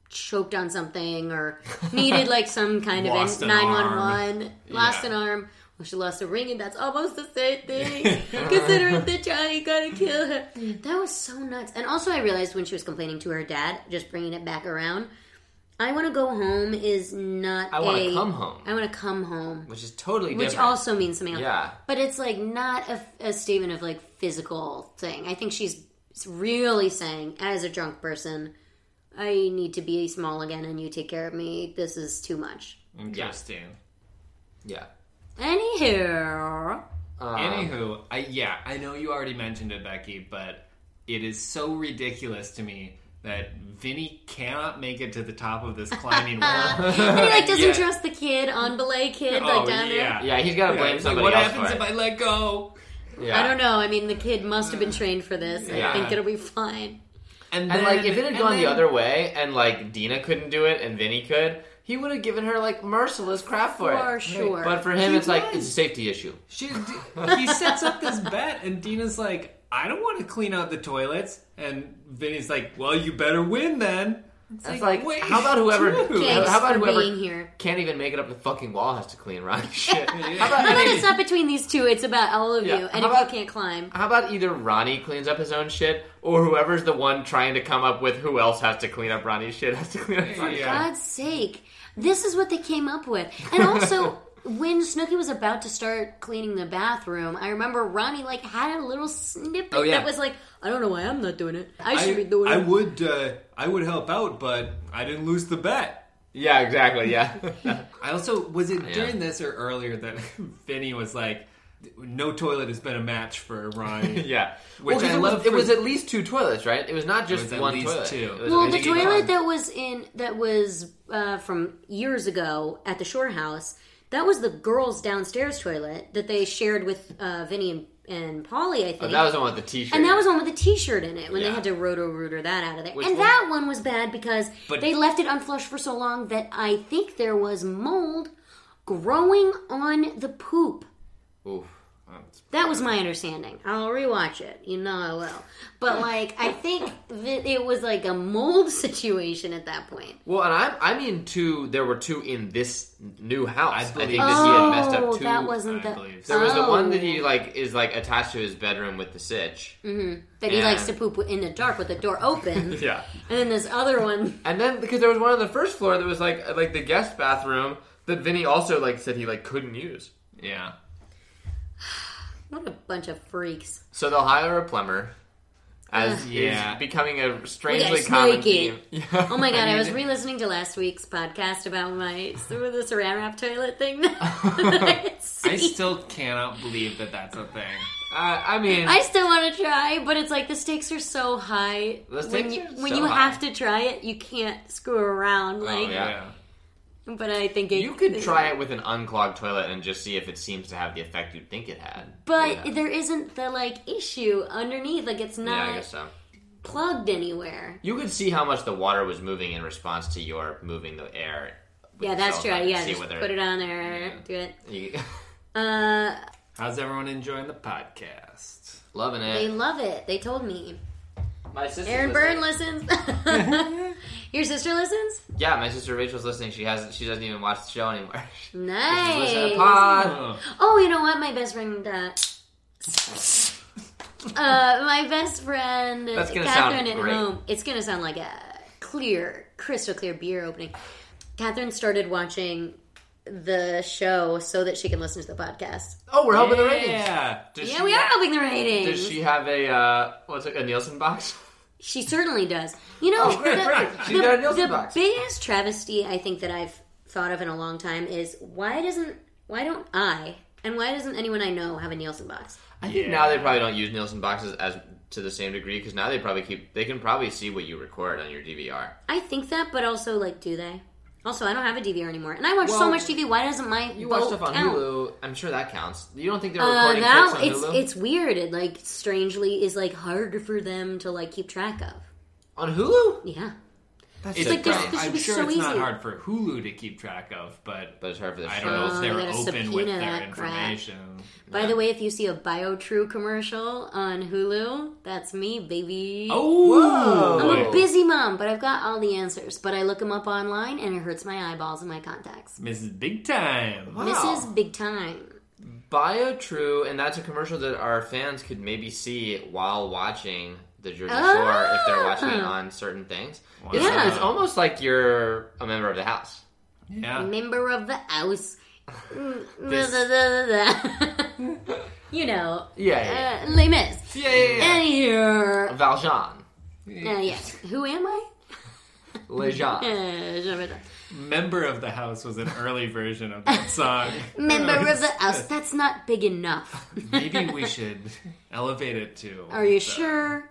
S3: choked on something or needed like some kind of
S5: Lost an
S3: nine one one, lost
S5: Yeah.
S3: an arm. Well, she lost a ring, and that's almost the same thing. considering the Johnny gonna kill her. That was so nuts. And also, I realized when she was complaining to her dad, just bringing it back around. I want to go home is not.
S4: I wanna
S3: a-
S4: come home.
S3: I want to come home
S4: Which is totally
S3: which
S4: different.
S3: also means something else.
S4: Yeah.
S3: But it's like not a, a statement of like physical thing. I think she's really saying, as a drunk person, I need to be small again, and you take care of me. This is too much.
S5: Interesting.
S4: yeah.
S3: Anywho,
S4: Um,
S5: Anywho, I, yeah, I know you already mentioned it, Becky, but it is so ridiculous to me that Vinny cannot make it to the top of this climbing wall.
S3: and he like doesn't
S5: Yeah.
S3: trust the kid on belay kid like
S5: oh,
S3: down
S5: yeah.
S4: yeah, he's gotta
S5: Yeah,
S4: blame
S5: it's like,
S4: somebody
S5: what
S4: else
S5: happens
S4: for
S5: if
S4: it.
S5: I let go?
S3: there.
S4: yeah.
S3: I don't know. I mean, the kid must have been trained for this.
S4: Mm. Yeah.
S3: I think it'll be fine.
S4: And like, if it had
S5: and
S4: gone the
S5: then-
S4: other way, and like Dina couldn't do it, and Vinny could, he would have given her like merciless crap for,
S3: For
S4: it.
S3: sure.
S4: But for him,
S5: He
S4: it's like
S5: was.
S4: it's a safety issue.
S5: She, d- he sets up this bet, and Dina's like, I don't want to clean out the toilets. And Vinny's like, Well, you better win then. It's
S4: It's like, how about whoever?
S5: dude.
S3: Thanks
S4: How about
S3: for
S4: whoever
S3: being here.
S4: can't even make it up the fucking wall has to clean Ronnie shit?
S5: Yeah.
S4: how about
S3: How about
S4: Vinny-
S3: it's not between these two? It's about all of
S4: Yeah.
S3: you. And if
S4: How about-
S3: you can't climb,
S4: How about either Ronnie cleans up his own shit, or whoever's the one trying to come up with who else has to clean up Ronnie's shit has to clean up Ronnie's
S5: Yeah.
S3: God's sake. This is what they came up with. And also, when Snooki was about to start cleaning the bathroom, I remember Ronnie like had a little snippet
S4: Oh, yeah.
S3: that was like, I don't know why I'm not doing it. I should be
S5: I,
S3: doing
S5: I
S3: it.
S5: would, uh, I would help out, but I didn't lose the bet.
S4: Yeah, exactly. Yeah.
S5: I also was it during this or earlier that Vinny was like, "No toilet has been a match for Ronnie."
S4: yeah.
S5: Which
S4: Well, 'cause
S5: I
S4: it was,
S5: love
S4: It
S5: for-
S4: was at least two toilets, right? It was not just
S5: was at
S4: one
S5: least
S4: toilet.
S5: two.
S4: It was
S3: well,
S4: at
S3: the
S4: least-
S3: toilet that was in that was uh, from years ago at the Shore House. That was the girls' downstairs toilet that they shared with uh, Vinny and, and Polly, I think.
S4: Oh, that was the one with the t-shirt.
S3: And that was the one with a T-shirt in it when
S4: Yeah.
S3: they had to roto rooter that out of there.
S5: Which
S3: and
S5: one-
S3: that one was bad because
S5: But-
S3: they left it unflushed for so long that I think there was mold growing on the poop.
S4: Oof.
S3: That was my understanding. I'll rewatch it. You know I will. But like, I think that it was like a mold situation at that point.
S4: Well, and I'm I'm in two. There were two in this new house. I,
S5: believe-
S4: think that
S3: oh,
S4: he had messed up two.
S3: that wasn't
S5: I
S3: the.
S5: believe.
S4: There was the
S3: Oh. Mm.
S4: one that he like is like attached to his bedroom with the sitch.
S3: that he
S4: Yeah.
S3: likes to poop in the dark with the door open.
S4: Yeah.
S3: And then this other one.
S4: And then because there was one on the first floor that was like like the guest bathroom that Vinny also like said he like couldn't use.
S5: Yeah.
S3: What a bunch of freaks.
S4: So they'll hire a plumber. As
S5: Ugh.
S4: yeah.
S5: Yeah.
S4: is becoming a strangely
S3: We got
S4: common
S3: sneaky.
S4: theme.
S3: Oh my god, I was re listening to last week's podcast about my the saran wrap toilet thing. that I, had
S5: I
S3: seen.
S5: still cannot believe that that's a thing.
S4: Uh, I mean,
S3: I still want to try, but it's like the stakes are so high.
S4: The
S3: when
S4: stakes
S3: you,
S4: are
S3: when
S4: so
S3: you
S4: high.
S3: have to try it, you can't screw around.
S5: Oh,
S3: Like,
S4: Yeah.
S3: but I think it,
S4: you could try it with an unclogged toilet and just see if it seems to have the effect you'd think it had.
S3: But
S4: yeah.
S3: there isn't the like issue underneath. Like it's
S4: yeah,
S3: not
S4: I guess so.
S3: plugged anywhere.
S4: You could see how much the water was moving in response to your moving the air. with
S3: Yeah,
S4: the
S3: that's
S4: cell
S3: true.
S4: phone.
S3: Yeah,
S4: See
S3: just
S4: whether-
S3: put it on there.
S4: Yeah.
S3: Do it.
S4: You-
S3: Uh,
S5: How's everyone enjoying the podcast?
S4: loving
S3: they
S4: it.
S3: love it. They told me.
S4: My sister.
S3: Aaron Byrne listens. Your sister listens.
S4: Yeah, my sister Rachel's listening. She hasn't. She doesn't even watch the show anymore. She's listening
S3: Nice.
S4: to pod.
S5: Oh,
S3: Oh, you know what? My best friend. Uh, uh, my best friend
S4: That's gonna
S3: Catherine
S4: sound
S3: at
S4: great.
S3: home. It's gonna sound like a clear, crystal clear beer opening. Catherine started watching the show so that she can listen to the podcast.
S4: Oh, we're helping the ratings.
S5: yeah. Does
S3: yeah,
S5: she-
S3: we are helping the ratings.
S4: Does she have a uh, what's it, a Nielsen box?
S3: She certainly does. You know,
S4: Oh, great,
S3: the,
S4: right. She's
S3: the-
S4: got a Nielsen
S3: the
S4: box.
S3: biggest travesty I think that I've thought of in a long time is why doesn't why don't I and why doesn't anyone I know have a Nielsen box?
S4: I think
S5: Yeah.
S4: now they probably don't use Nielsen boxes as to the same degree because now they probably keep they can probably see what you record on your DVR.
S3: I think that, but also like, do they? Also, I don't have a DVR anymore, and I watch so
S4: Well,
S3: much TV. Why doesn't my
S4: You watch
S3: vote
S4: stuff on
S3: count?
S4: Hulu. I'm sure that counts. You don't think they're
S3: Uh,
S4: recording
S3: now
S4: clicks on
S3: it's
S4: Hulu?
S3: it's weird. It like strangely is like hard for them to like keep track of.
S4: on Hulu.
S3: Yeah,
S4: That's
S5: It's
S4: so
S3: like there's-
S4: dumb.
S3: this
S5: I'm
S3: would be
S5: sure
S3: so
S5: it's not
S3: easy.
S5: hard for Hulu to keep track of, but
S4: but it's hard for the
S5: I
S4: show.
S5: don't know
S3: Oh,
S5: if
S3: they
S5: they're
S3: gotta
S5: open
S3: subpoena
S5: with their
S3: that crap.
S5: information.
S3: By the way, if you see a BioTrue commercial on Hulu, that's me, baby.
S5: Oh,
S3: I'm a
S4: boy.
S3: busy mom, but I've got all the answers. But I look them up online, and it hurts my eyeballs and my contacts.
S5: Mrs. Big Time.
S4: Wow.
S3: This is big time.
S4: BioTrue, and that's a commercial that our fans could maybe see while watching the Jersey
S3: Oh.
S4: Shore if they're watching it
S3: Ah.
S4: on certain things. It's,
S3: Yeah.
S4: it's almost like you're a member of the house. Uh.
S5: Yeah.
S3: Member of the house. Mm,
S4: This-
S3: you know,
S4: Yeah,
S3: uh, Les Mis.
S5: Yeah, yeah, yeah.
S3: Anywho,
S4: Valjean,
S3: uh, yes. Who am I?
S4: Lejean.
S3: Uh, Jean Valjean.
S5: Member of the House was an early version of that song.
S3: Member
S5: Uh,
S3: of the house. That's not big enough.
S5: Maybe we should elevate it to.
S3: Are you
S5: the-
S3: sure?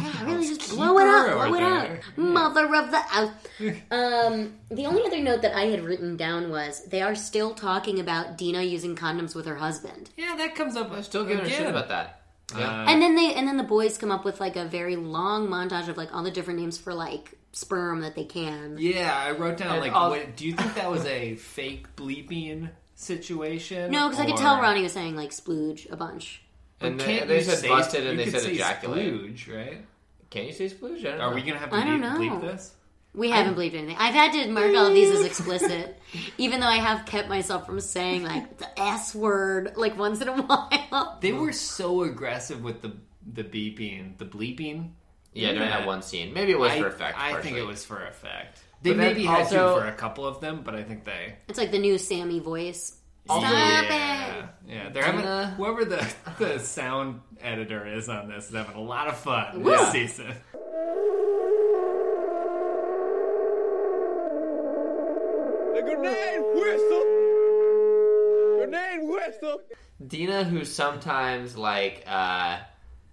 S3: Yeah, really, just blow it up,
S5: over
S3: blow it up.
S5: there.
S3: Mother of the out. Um, the only other note that I had written down was they are still talking about Dina using condoms with her husband,
S5: Yeah, that comes up.
S4: I'm still giving a shit
S5: Again.
S4: about that. Yeah.
S5: Uh,
S3: and then they and then the boys come up with like a very long montage of like all the different names for like sperm that they can.
S5: yeah, I wrote down
S4: And
S5: like,
S4: all-
S5: what, do you think that was a fake bleeping situation?
S3: No, because I could
S5: or-
S3: tell Ronnie was saying like splooge a bunch.
S4: and
S5: But
S4: they,
S5: can't
S4: they
S5: you
S4: said
S5: say-
S4: busted and they
S5: you could
S4: said
S5: say
S4: ejaculate.
S5: splooge, right?
S4: Can you say splooge? I don't
S5: Are
S4: know.
S5: we gonna have to
S3: I don't
S5: bleep,
S3: know.
S5: bleep this?
S3: We haven't believed anything. I've had to mark all of these as explicit, even though I have kept myself from saying like the S word like once in a while.
S5: They were so aggressive with the the beeping, the bleeping.
S4: Yeah, during that
S5: Yeah.
S4: one scene. Maybe it was
S5: I,
S4: for effect.
S5: I think
S4: partially.
S5: it was for effect. They
S4: But then
S5: maybe
S4: also-
S5: had to for a couple of them, but I think they.
S3: It's like the new Sammy voice.
S4: Also-
S3: Stop it!
S5: Yeah, yeah. They're having
S4: Dina.
S5: whoever the the sound editor is on this is having a lot of fun
S4: Yeah.
S5: this season.
S6: The grenade whistle. Grenade whistle.
S4: Dina, who sometimes like, uh,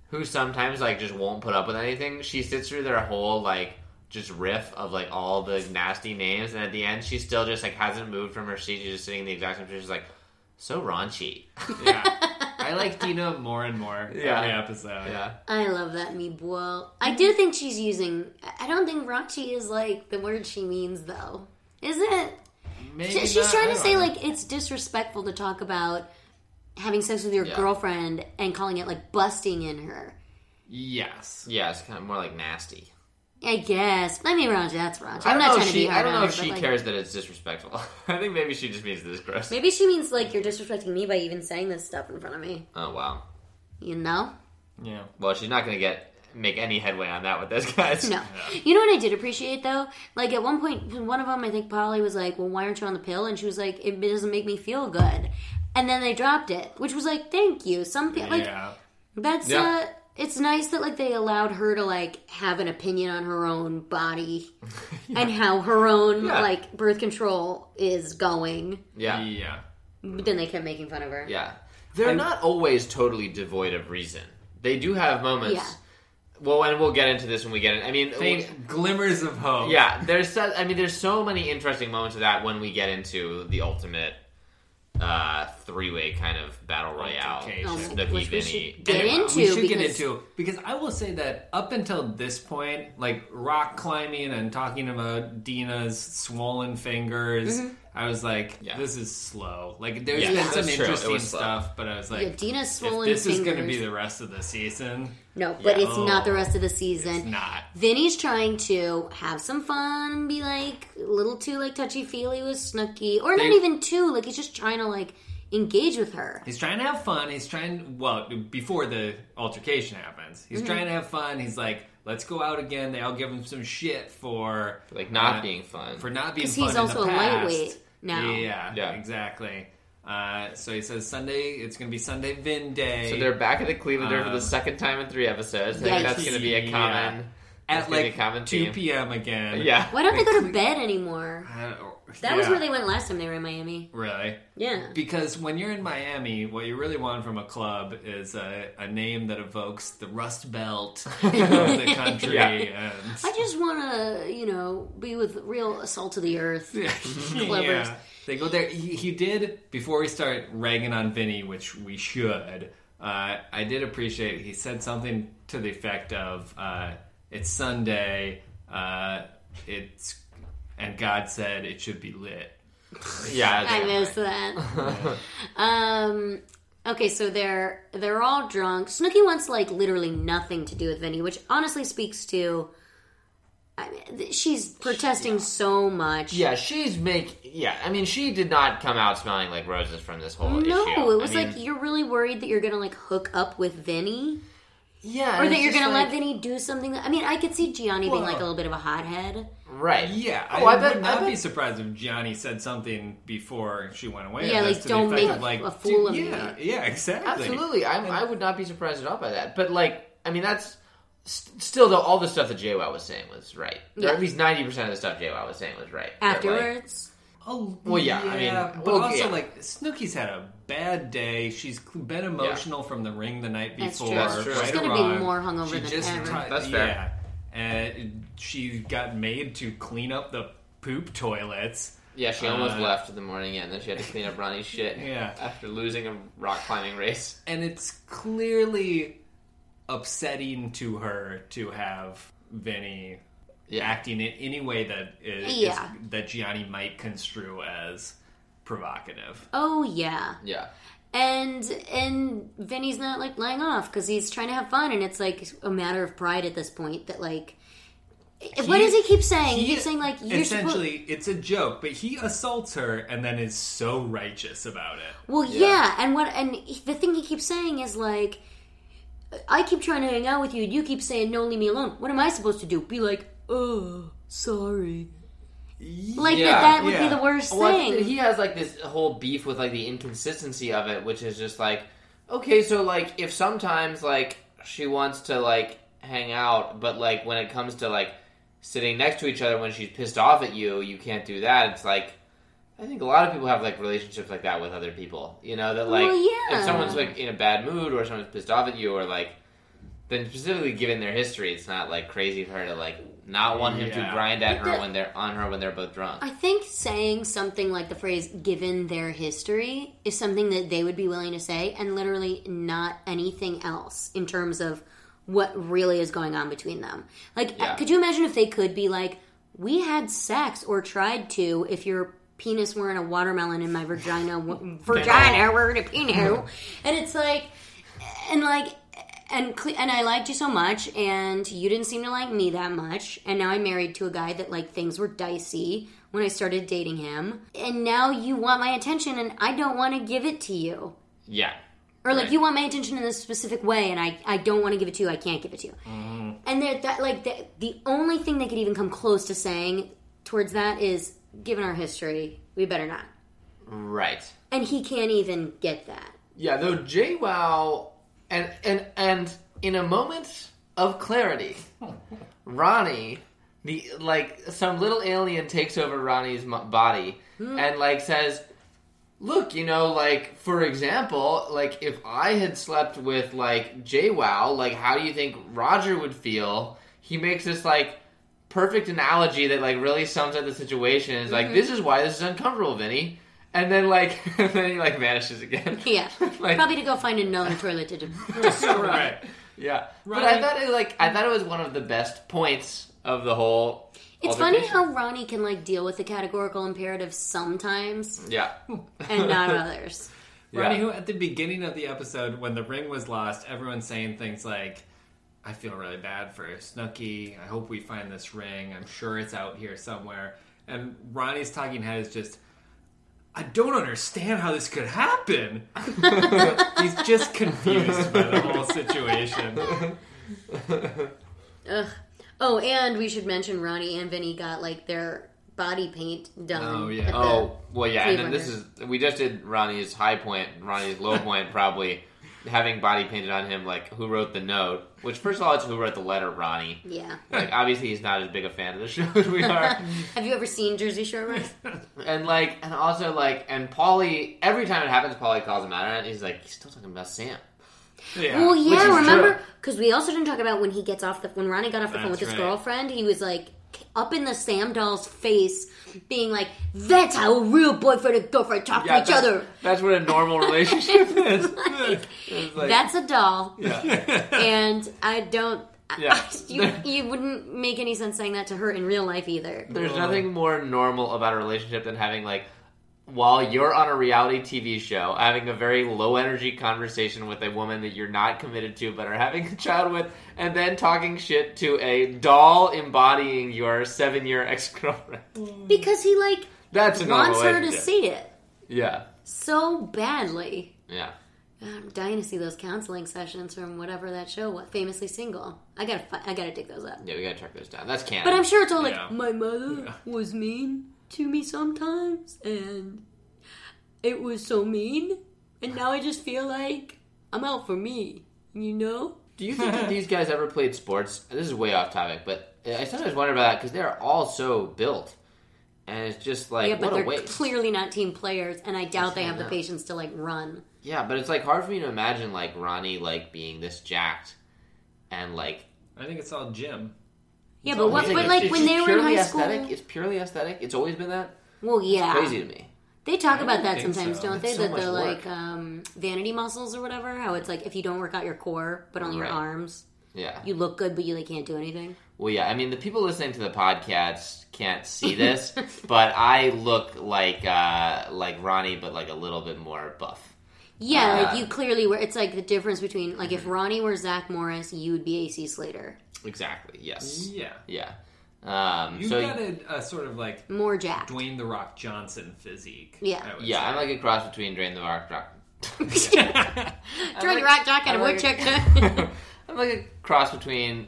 S4: who sometimes like just won't put up with anything. She sits through their whole like just riff of like all the nasty names, and at the end, she still just like hasn't moved from her seat. She's just sitting in the exact same position. She's like, so raunchy.
S5: Yeah, I like Dina more and more
S4: Yeah.
S5: every episode.
S4: yeah,
S3: I love that me boy. I
S4: Mm-hmm.
S3: do think she's using. I don't think raunchy is like the word she means though. Is it?
S5: Maybe
S3: She- She's
S5: not,
S3: trying
S5: I
S3: to
S5: don't
S3: say
S5: know.
S3: like it's disrespectful to talk about having sex with your
S4: Yeah.
S3: girlfriend and calling it like busting in her.
S5: Yes.
S4: Yeah, it's kind of more like nasty.
S3: I guess. I mean, Roger, that's Roger.
S4: I
S3: I'm not
S4: don't know
S3: trying
S4: if
S3: to be
S4: she.
S3: hard
S4: I don't
S3: on
S4: know if
S3: her, but,
S4: she
S3: like,
S4: cares that it's disrespectful. I think maybe she just means that it's gross.
S3: Maybe she means like you're disrespecting me by even saying this stuff in front of me.
S4: Oh wow.
S3: You know?
S5: Yeah.
S4: Well, she's not going to get make any headway on that with those guys.
S3: No. You know what I did appreciate though? Like at one point, one of them, I think Polly was like, "Well, why aren't you on the pill?" And she was like, "It doesn't make me feel good." And then they dropped it, which was like, "Thank you." Something like
S5: yeah.
S3: that's
S4: Yeah.
S3: uh, it's nice that like they allowed her to like have an opinion on her own body and how her own
S4: Yeah.
S3: like birth control is going.
S4: Yeah. Yeah.
S5: Yeah.
S3: But then they kept making fun of her.
S4: They're not always totally devoid of reason. They do have moments.
S3: Yeah.
S4: Well, and we'll get into this when we get in. I mean,
S5: Faint glimmers of hope.
S4: yeah. There's. so- I mean, there's so many interesting moments of that when we get into the ultimate uh three-way kind of battle royale.
S5: Altercation.
S3: Oh,
S4: Snooki,
S3: which we
S4: Vinny,
S3: should
S4: and
S3: get
S4: Rob.
S3: into
S5: we should get
S3: because-
S5: into because I will say that up until this point, like rock climbing and talking about Dina's swollen fingers,
S3: Mm-hmm.
S5: I was like,
S4: Yeah.
S5: this is slow. Like, there's
S4: Yeah,
S5: been
S4: that's
S5: some
S4: true. It
S5: interesting
S4: was slow.
S5: stuff, but I was like,
S3: yeah, Dina's
S5: if
S3: swollen
S5: this
S3: fingers.
S5: is going to be the rest of the season,
S3: no, but
S4: Yeah.
S3: it's not the rest of the season.
S5: it's not.
S3: Vinny's trying to have some fun, be like a little too like touchy feely with Snooky, or not
S5: They-
S3: even too like he's just trying to like engage with her.
S5: He's trying to have fun. He's trying, well, before the altercation happens,
S3: Mm-hmm.
S5: he's trying to have fun. He's like, let's go out again. They all give him some shit for
S4: Like not
S5: uh,
S4: being fun.
S5: for not being
S3: 'Cause
S5: fun
S3: he's
S5: in the
S3: also a
S5: past.
S3: lightweight now.
S5: Yeah,
S4: Yeah.
S5: exactly. Uh, so he says Sunday. It's going to be Sunday Vin Day.
S4: so they're back at the Clevelander for
S5: Um,
S4: the second time in three episodes. I
S3: Yikes.
S4: think that's going to be a common. that's
S5: at
S4: gonna be
S5: like
S4: a common
S5: two
S4: theme.
S5: p.m. again.
S4: Yeah.
S3: Why don't they go to bed anymore?
S5: Uh,
S3: That was
S5: yeah,
S3: where they went last time they were in Miami.
S5: really
S3: Yeah.
S5: because when you're in Miami, what you really want from a club is a, a name that evokes the Rust Belt of the country.
S4: Yeah.
S5: and-
S3: I just want to, you know, be with real salt of the earth. Clever.
S5: yeah. They go there. He, he did before we start ragging on Vinny, which we should. Uh, I did appreciate. He said something to the effect of, uh, "It's Sunday. Uh, it's and God said it should be lit."
S4: Yeah.
S3: I
S4: exactly.
S3: missed that. um, okay, so they're they're all drunk. Snooky wants like literally nothing to do with Vinny, which honestly speaks to. I mean, th- she's protesting so much.
S4: Yeah, she's make. Yeah, I mean, she did not come out smelling like roses from this whole issue.
S3: No, it was
S4: I mean,
S3: like you're really worried that you're gonna like hook up with Vinny,
S4: yeah,
S3: or
S4: and
S3: that
S4: it's
S3: you're
S4: just
S3: gonna
S4: like-
S3: let Vinny do something. That, I mean, I could see Gianni being like a little bit of a hothead.
S4: right.
S5: Yeah,
S4: Oh,
S5: I,
S4: I bet-
S5: would not
S4: I bet-
S5: be surprised if Johnny said something before she went away.
S3: Yeah,
S5: That's
S3: like,
S5: to
S3: don't
S5: the effect
S3: make
S5: of, like
S3: a fool
S5: dude,
S3: of me.
S5: yeah, Yeah, exactly.
S4: Absolutely, I'm, I would not be surprised at all by that. But like, I mean, that's st- still though all the stuff that JWoww was saying was right,
S3: Yeah.
S4: or at least ninety percent of the stuff JWoww was saying was right. But, like,
S3: Afterwards,
S5: Oh,
S4: Well, yeah, I mean,
S5: but
S4: well,
S5: also
S4: yeah.
S5: like Snooky's had a bad day. She's cl- been emotional from the ring the night
S3: That's
S5: before.
S3: true.
S4: That's true.
S5: right
S4: She's
S5: or
S3: gonna be
S5: wrong.
S3: more hungover
S5: she
S3: than
S5: just
S3: ever.
S5: ti-
S4: That's
S5: yeah,
S4: fair.
S5: and she got made to clean up the poop toilets.
S4: yeah, she almost
S5: Uh,
S4: left in the morning, yeah, and then she had to clean up Ronnie's shit.
S5: Yeah.
S4: after losing a rock climbing race.
S5: and it's clearly upsetting to her to have Vinny
S4: Yeah.
S5: acting in any way that is,
S3: Yeah.
S5: is- that Gianni might construe as provocative.
S3: oh yeah,
S4: Yeah,
S3: and and Vinny's not like lying off because he's trying to have fun, and it's like a matter of pride at this point that like. eh, what does he keep saying? He, keeps saying like you're supposed.
S5: essentially it's a joke, but he assaults her and then is so righteous about it.
S3: Well, yeah. and what and he- the thing he keeps saying is like, I keep trying to hang out with you, and you keep saying no, leave me alone. What am I supposed to do? Be like, oh, sorry. Like
S4: Yeah,
S3: that, that would
S5: yeah.
S3: be the worst
S4: Well,
S3: thing.
S4: he has like this whole beef with like the inconsistency of it, which is just like, okay, so like if sometimes like she wants to like hang out, but like when it comes to like sitting next to each other when she's pissed off at you, you can't do that. It's like I think a lot of people have like relationships like that with other people, you know, that like
S3: Well, yeah.
S4: if someone's like in a bad mood or someone's pissed off at you or like then specifically given their history, it's not like crazy for her to like not want him
S5: Yeah.
S4: to grind at
S3: But
S4: her
S3: the-
S4: when they're on her when they're both drunk.
S3: I think saying something like the phrase given their history is something that they would be willing to say and literally not anything else in terms of what really is going on between them. Like,
S4: Yeah.
S3: could you imagine if they could be like, we had sex or tried to if your penis wearing a watermelon in my vagina, w- vagina wearing a penis, and it's like, and like, and cle- and I liked you so much, and you didn't seem to like me that much, and now I'm married to a guy that like things were dicey when I started dating him, and now you want my attention, and I don't want to give it to you
S4: Yeah.
S3: or like
S4: Right.
S3: you want my attention in this specific way and i, I don't want to give it to you i can't give it to you
S4: Mm-hmm.
S3: and they're, that like the, the only thing they could even come close to saying towards that is given our history we better not
S4: Right.
S3: and he can't even get that
S4: Yeah, though Jay Wow and and and in a moment of clarity, Ronnie the like some little alien takes over Ronnie's mo- body and like says, "Look, you know, like for example, like if I had slept with like Jay Wow, like how do you think Roger would feel?" He makes this like perfect analogy that like really sums up the situation. Is like this is why this is uncomfortable, Vinny. And then like and then he like vanishes again.
S3: yeah
S4: Like-
S3: probably to go find another toilet to
S5: right.
S4: Yeah, but
S5: Ronnie-
S4: I thought it like I thought it was one of the best points of the whole.
S3: it's funny
S4: altercation.
S3: how ronnie can like deal with the categorical imperative sometimes
S4: Yeah,
S3: and not others
S4: Yeah.
S5: Ronnie, who at the beginning of the episode, when the ring was lost, everyone's saying things like, I feel really bad for Snooky. I hope we find this ring. I'm sure it's out here somewhere. And Ronnie's talking head is just, I don't understand how this could happen. He's just confused by the whole situation.
S3: Ugh. Oh, and we should mention Ronnie and Vinny got like their body paint done.
S5: Oh, yeah.
S3: at the-
S4: Oh well, yeah, and then
S3: Cleveland
S4: this is we just did Ronnie's high point, Ronnie's low point, probably having body painted on him. Like who wrote the note? Which first of all, it's who wrote the letter, Ronnie.
S3: yeah.
S4: Like obviously he's not as big a fan of the show as we are,
S3: Have you ever seen Jersey Shore? Russ?
S4: and like and also like and Polly. Every time it happens, Polly calls him out, and he's like, he's still talking about Sam.
S5: Yeah.
S3: Well,
S4: Which is
S3: yeah, remember?
S4: true.
S3: Because we also didn't talk about when he gets off the when Ronnie got off the phone
S5: That's
S3: with his
S5: right.
S3: girlfriend. He was like up in the Sam doll's face, being like, "That's how a real boyfriend and girlfriend talk to each
S4: that's,
S3: other."
S4: That's what a normal relationship is.
S3: Like,
S4: It's like-
S3: that's a doll,
S4: yeah.
S3: and I don't. I- you,
S4: Yeah.
S3: you wouldn't make any sense saying that to her in real life either.
S4: There's
S5: Oh.
S4: nothing more normal about a relationship than having like while you're on a reality TV show, having a very low energy conversation with a woman that you're not committed to but are having a child with, and then talking shit to a doll embodying your seven year ex girlfriend.
S3: Because he like
S4: That's a normal
S3: wants her to
S4: relationship.
S3: see it
S4: Yeah.
S3: so badly.
S4: Yeah.
S3: God, I'm dying to see those counseling sessions from whatever that show was. Famously single. I gotta, fi- I gotta dig those up.
S4: Yeah, we gotta track those down. That's canon.
S3: But I'm sure it's all like
S5: Yeah.
S3: my mother was mean to me sometimes, and it was so mean, and now I just feel like I'm out for me. You know?
S4: Do you think that these guys ever played sports? This is way off topic, but I sometimes wonder about that because they're all so built, and it's just like
S3: yeah, but
S4: what
S3: they're
S4: a waste.
S3: clearly not team players, and I doubt they have the
S4: not.
S3: patience to like run.
S4: Yeah, but it's like hard for me to imagine like Ronnie like being this jacked and like
S5: I think it's all Jim.
S3: Yeah, but what?
S4: it's
S3: But
S4: it's-
S3: like
S4: it's
S3: when they
S4: just
S3: were in
S4: purely
S3: high
S4: aesthetic.
S3: school, Ah.
S4: It's purely aesthetic. It's always been that
S3: well, yeah,
S4: crazy to me.
S3: They talk about
S5: don't
S3: that
S5: think
S3: sometimes,
S5: so.
S3: don't they?
S4: It's so
S3: that the
S4: much work.
S3: like um, vanity muscles or whatever. How it's like if you don't work out your core, but only
S4: Right. Uh,
S3: your arms,
S4: Yeah.
S3: you look good, but you like can't do anything.
S4: Well, yeah. I mean, the people listening to the podcast can't see this, but I look like uh like Ronnie, but like a little bit more buff.
S3: Yeah,
S4: Uh,
S3: like you clearly were. It's like the difference between like
S4: Mm-hmm.
S3: if Ronnie were Zach Morris, you would be AC Slater,
S4: Exactly.
S3: Mm.
S4: Yes.
S5: Yeah.
S4: Yeah. Um,
S5: You
S4: so
S5: got a, a sort of like
S3: more Jack.
S5: Dwayne The Rock Johnson physique.
S3: Yeah.
S5: I would
S4: yeah, I'm
S5: say.
S4: like a cross between Drain the Rock. Rock.
S3: Drawing
S4: like-
S3: rock jock and
S4: I
S3: a
S4: like
S3: woodchuck.
S4: it. I'm like a cross between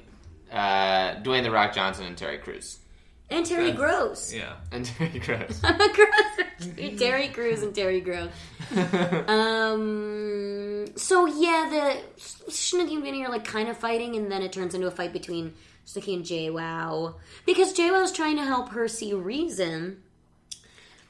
S4: uh, Dwayne the Rock Johnson and Terry Crews.
S3: and Terry Gross.
S5: Yeah.
S4: And Terry Crews.
S3: Gross. Terry Crews and Terry Gross. Um. So yeah, the Snooki and Vinny are like kind of fighting, and then it turns into a fight between Snooki and JWoww because JWoww's trying to help her see reason,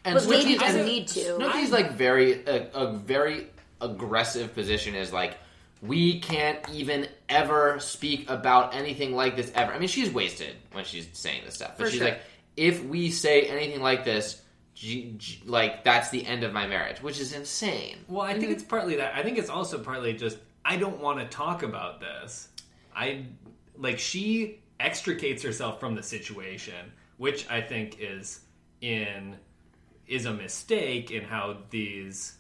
S4: and
S3: but
S4: Snooki-
S3: maybe doesn't
S4: and
S3: need to.
S4: Snooki's like very a, a very aggressive position is like we can't even ever speak about anything like this ever. I mean, she's wasted when she's saying this stuff, but
S3: For
S4: she's
S3: sure.
S4: like, if we say anything like this, g- g- like that's the end of my marriage, which is insane.
S5: Well, I think it's partly that. I think it's also partly just I don't want to talk about this. I like she extricates herself from the situation, which I think is in is a mistake in how these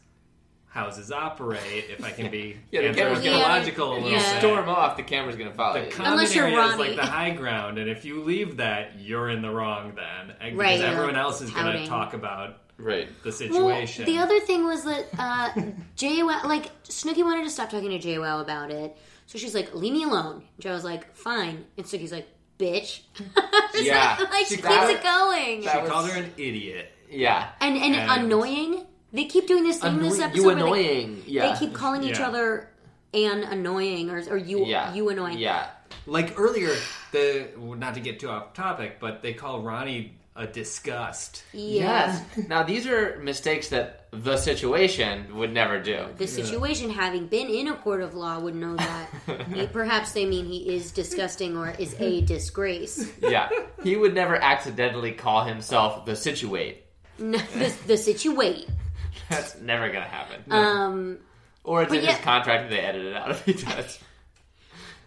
S5: houses operate. If I can be
S4: Yeah, the camera's gonna-
S5: anthropological a
S4: If
S5: little
S4: you
S5: bit.
S4: storm off, the camera's gonna follow
S5: The
S4: you.
S5: common
S3: Unless you're
S5: area is
S3: Ronnie.
S5: like the high ground, and if you leave that, you're in the wrong then, and-
S3: Right,
S5: because
S3: you're,
S5: everyone
S3: like,
S5: else is going to
S3: touting.
S5: talk about
S4: right.
S5: the
S3: Well,
S5: situation.
S3: the other thing was that uh, JWoww, like Snooki wanted to stop talking to JWoww about it, so she's like, "Leave me alone." Joe was like, "Fine," and Snooki's like, "Bitch." It's
S4: Yeah.
S3: like, like, she
S4: She
S3: keeps
S4: called-
S3: it going,
S4: that
S5: I
S4: was-
S5: called her an idiot.
S4: Yeah.
S3: and and
S5: and-
S3: annoying. They keep doing this thing this
S4: Annoying-
S3: episode.
S4: you
S3: where they-
S4: annoying.
S3: They,
S4: yeah.
S3: keep calling each
S5: Yeah.
S3: other an annoying or or you
S4: yeah.
S3: you annoying.
S4: Yeah.
S5: Like earlier, the not to get too off topic, but they call Ronnie a disgust.
S3: Yeah.
S4: Yes. now these are mistakes that the situation would never do.
S3: The situation, having been in a court of law, would know that. Eh, Perhaps they mean he is disgusting or is a disgrace.
S4: Yeah. He would never accidentally call himself the situate.
S3: No, the, the situate.
S4: That's never gonna happen.
S3: Um,
S4: or it's
S3: but
S4: in
S3: yeah-
S4: his contract that they edit it out if he does.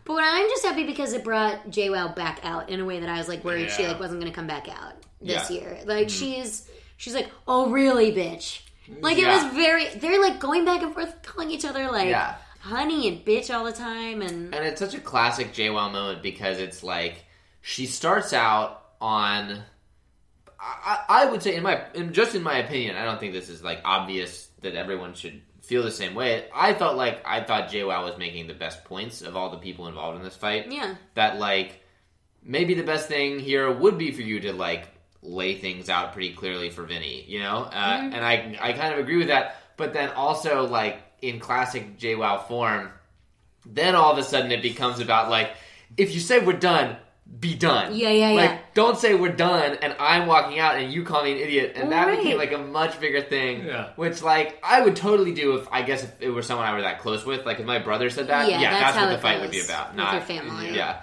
S3: but I'm just happy because it brought JWoww back out in a way that I was like worried she
S5: Yeah.
S3: like wasn't going to come back out this
S4: Yeah. Mm-hmm.
S3: year. Like she's she's like, oh really, bitch. Like it
S4: Yeah.
S3: was very. They're like going back and forth, calling each other like
S4: Yeah.
S3: honey and bitch all the time, and
S4: And it's such a classic JWoww moment because it's like she starts out on. I, I I would say, in my, in, just in my opinion, I don't think this is like obvious that everyone should feel the same way. I felt like I thought JWoww was making the best points of all the people involved in this fight.
S3: Yeah.
S4: that like maybe the best thing here would be for you to like lay things out pretty clearly for Vinny, you know? Uh, And I I kind of agree with that. But then also like in classic JWoww form, then all of a sudden it becomes about like if you say we're done, be done.
S3: Yeah, yeah,
S4: like,
S3: yeah.
S4: Don't say we're done and I'm walking out and you call me an idiot and that became
S3: Right.
S4: like a much bigger thing.
S5: Yeah.
S4: Which like I would totally do if I guess if it were someone I were that close with, like if my brother said that,
S3: Yeah,
S4: yeah,
S3: that's
S4: that's,
S3: how
S4: what
S3: it
S4: the fight would be
S3: goes
S4: about.
S3: with
S4: Not
S3: your family.
S4: Yeah.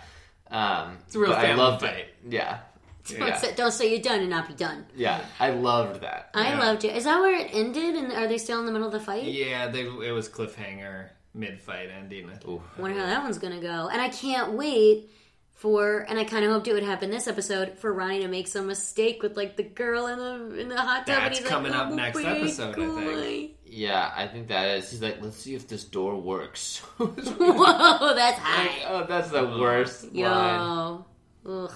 S4: Um, it's
S5: a real
S4: I
S5: family
S4: loved
S5: fight.
S4: It. Yeah.
S3: don't,
S4: Yeah.
S3: say, don't say you're done and not be done.
S4: Yeah. I loved that.
S3: I
S5: Yeah.
S3: loved it. Is that where it ended? And are they still in the middle of the fight?
S5: Yeah, they, it was cliffhanger mid fight ending.
S4: Oof.
S3: Wonder how that one's gonna go. And I can't wait for. And I kind of hoped it would happen this episode for Ronnie to make some mistake with like the girl in the in the hot tub. and
S5: That's
S3: he's
S5: coming
S3: like,
S5: up
S3: "Oh,
S5: next
S3: my
S5: episode, I think.
S3: God."
S4: Yeah, I think that is. He's like, let's see if this door works.
S3: Whoa, that's high.
S4: oh, that's the worst line.
S3: Yo, ugh.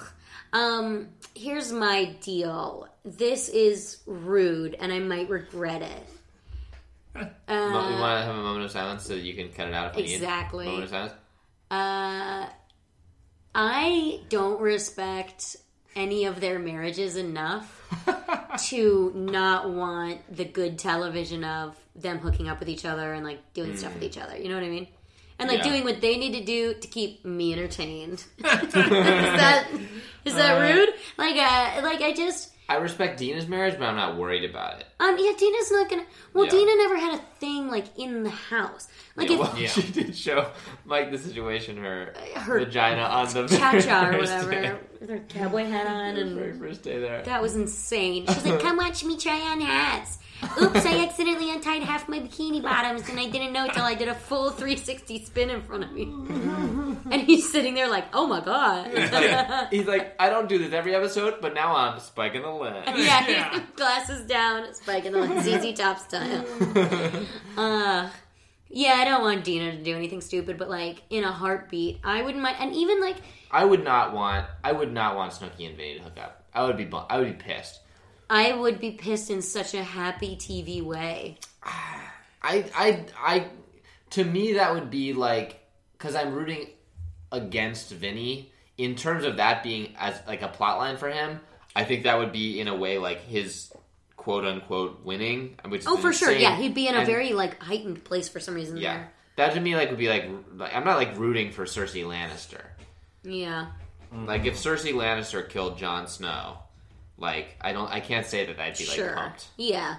S3: Um, here's my deal. This is rude, and I might regret it.
S4: Mo- you want to have a moment of silence so that you can cut it out if we need.
S3: Exactly.
S4: Moment of silence.
S3: Uh, I don't respect any of their marriages enough to not want the good television of them hooking up with each other and like doing stuff with each other. You know what I mean? And like
S4: Mm. Yeah.
S3: doing what they need to do to keep me entertained. is that is that rude? Like uh like I just
S4: I respect Dina's marriage, but I'm not worried about it.
S3: um yeah, Dina's not gonna well
S4: Yeah.
S3: Dina never had a thing like in the house. Like
S4: Yeah,
S3: if Uh,
S4: well, she did show Mike the situation, her,
S3: Her
S4: vagina on the
S3: Cha Cha or
S4: very first
S3: whatever
S4: day-
S3: with her cowboy hat on
S4: the
S3: and
S4: very first day there.
S3: That was insane. She's like, come watch me try on hats. Oops, I accidentally untied half my bikini bottoms and I didn't know till I did a full 360 spin in front of me. And he's sitting there like, oh my god. yeah,
S4: He's like, I don't do this every episode, but now I'm spiking the lens.
S5: Yeah.
S3: glasses down, spiking the like, ZZ Top style. Uh, yeah, I don't want Dina to do anything stupid, but like in a heartbeat, I wouldn't mind. And even like,
S4: I would not want. I would not want Snooki and Vinny to hook up. I would be. Bu- I would be pissed.
S3: I would be pissed in such a happy TV way.
S4: I. I. I. To me, that would be like because I'm rooting against Vinny in terms of that being as like a plot line for him. I think that would be in a way like his quote unquote winning. Which is
S3: Oh, for sure.
S4: insane.
S3: Yeah, he'd be in a
S4: And-
S3: very like heightened place for some reason
S4: yeah.
S3: there.
S4: That to me like would be like, like I'm not like rooting for Cersei Lannister.
S3: Yeah.
S5: Mm-hmm.
S4: Like if Cersei Lannister killed Jon Snow, like I don't, I can't say that I'd be like
S3: sure.
S4: pumped.
S3: Yeah.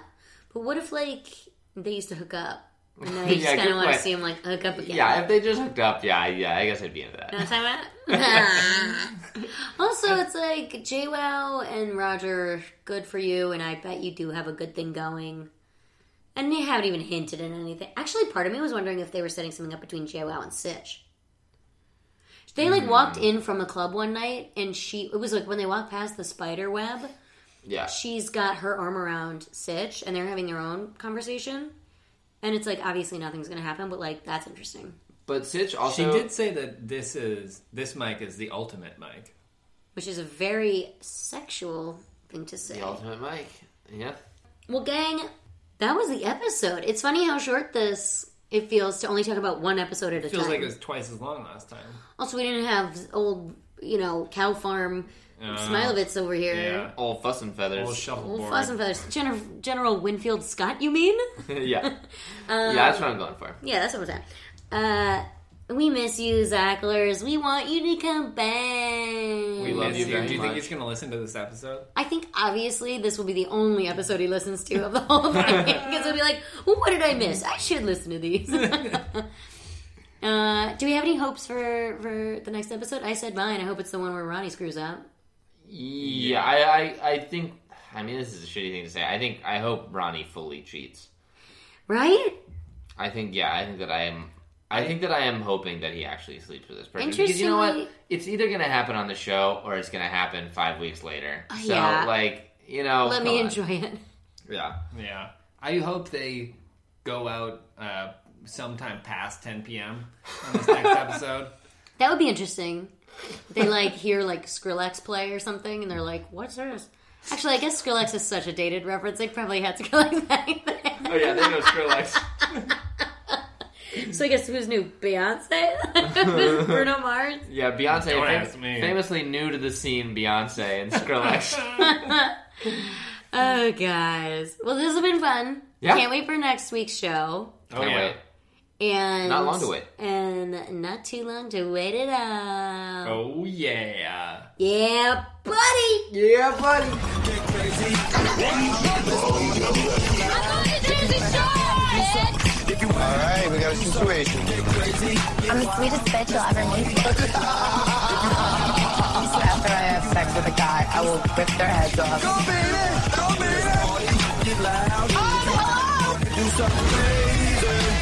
S3: But what if like they used to hook up? And now you just
S4: Yeah,
S3: kind
S4: good
S3: of want to
S4: point.
S3: see them like hook up
S4: Yeah.
S3: again.
S4: if they just hooked up, yeah, I- yeah, I guess I'd be into
S3: You know what
S4: that.
S3: I'm talking about? also, it's like JWoww and Roger, good for you, and I bet you do have a good thing going. And they haven't even hinted at anything. Actually, part of me was wondering if they were setting something up between JWoww and Sitch.
S4: Hmm.
S3: They like walked in from a club one night, and she it was like when they walked past the spider web,
S4: Yeah.
S3: she's got her arm around Sitch and they're having their own conversation. And it's like obviously nothing's gonna happen, but like that's interesting.
S4: But Sitch
S5: She
S4: also
S5: did say that this is this mic is the ultimate mic.
S3: Which is a very sexual thing to say.
S4: the ultimate mic. Yeah.
S3: Well, gang, that was the episode. It's funny how short this it feels to only talk about one episode at a
S5: Feels
S3: time.
S5: like it was twice as long last time.
S3: Also, we didn't have old, you know, cow farm
S5: Uh,
S3: Smilovitz over here.
S5: Yeah.
S4: All fuss and feathers.
S3: Well,
S5: Little shuffleboard.
S3: fuss and feathers. General, General Winfield Scott, you mean?
S4: yeah.
S3: Um,
S4: yeah, that's what I'm going for.
S3: Yeah, that's what I'm saying. Uh, we miss you, Zachlers. We want you to come back.
S5: We
S4: love
S5: love
S4: you
S5: you. Do
S4: very
S5: you
S4: much.
S5: think he's going to listen to this episode?
S3: I think obviously this will be the only episode he listens to of the whole thing because he'll be like, well, "What did I miss? I should listen to these." uh, do we have any hopes for for the next episode? I said mine. I hope it's the one where Ronnie screws up.
S4: Yeah, I, I, I think. I mean, this is a shitty thing to say. I think. I hope Ronnie fully cheats.
S3: Right?
S4: I think. Yeah, I think that I am. I think that I am hoping that he actually sleeps with this person because you know what?
S3: Interestingly-
S4: It's either going to happen on the show or it's going to happen five weeks later. So
S3: Uh, yeah.
S4: like you know,
S3: Let
S4: come
S3: me
S4: on.
S3: enjoy it.
S4: Yeah,
S5: Yeah. I hope they go out uh, sometime past 10 p.m. on this next episode.
S3: That would be interesting. They like hear like Skrillex play or something, and they're like, "What's this?" Actually, I guess Skrillex is such a dated reference. They probably had Skrillex back then.
S4: Oh yeah, they know Skrillex.
S3: So I guess who's new? Beyonce, Bruno Mars.
S4: Yeah, Beyonce
S5: Don't
S4: fam-
S5: ask me.
S4: famously new to the scene. Beyonce and Skrillex.
S3: Oh, guys. Well, this has been fun.
S4: Yeah.
S3: Can't wait for next week's show.
S5: Oh,
S4: Can't
S5: yeah.
S4: wait.
S3: And
S4: Not long to wait.
S3: And not too long to wait it out.
S5: Oh, yeah.
S3: Yeah, buddy.
S4: Yeah, buddy.
S1: All right, we got a situation.
S2: I'm the sweetest bitch you'll ever meet. After I have sex with a guy, I will rip their heads off.
S1: Do something crazy.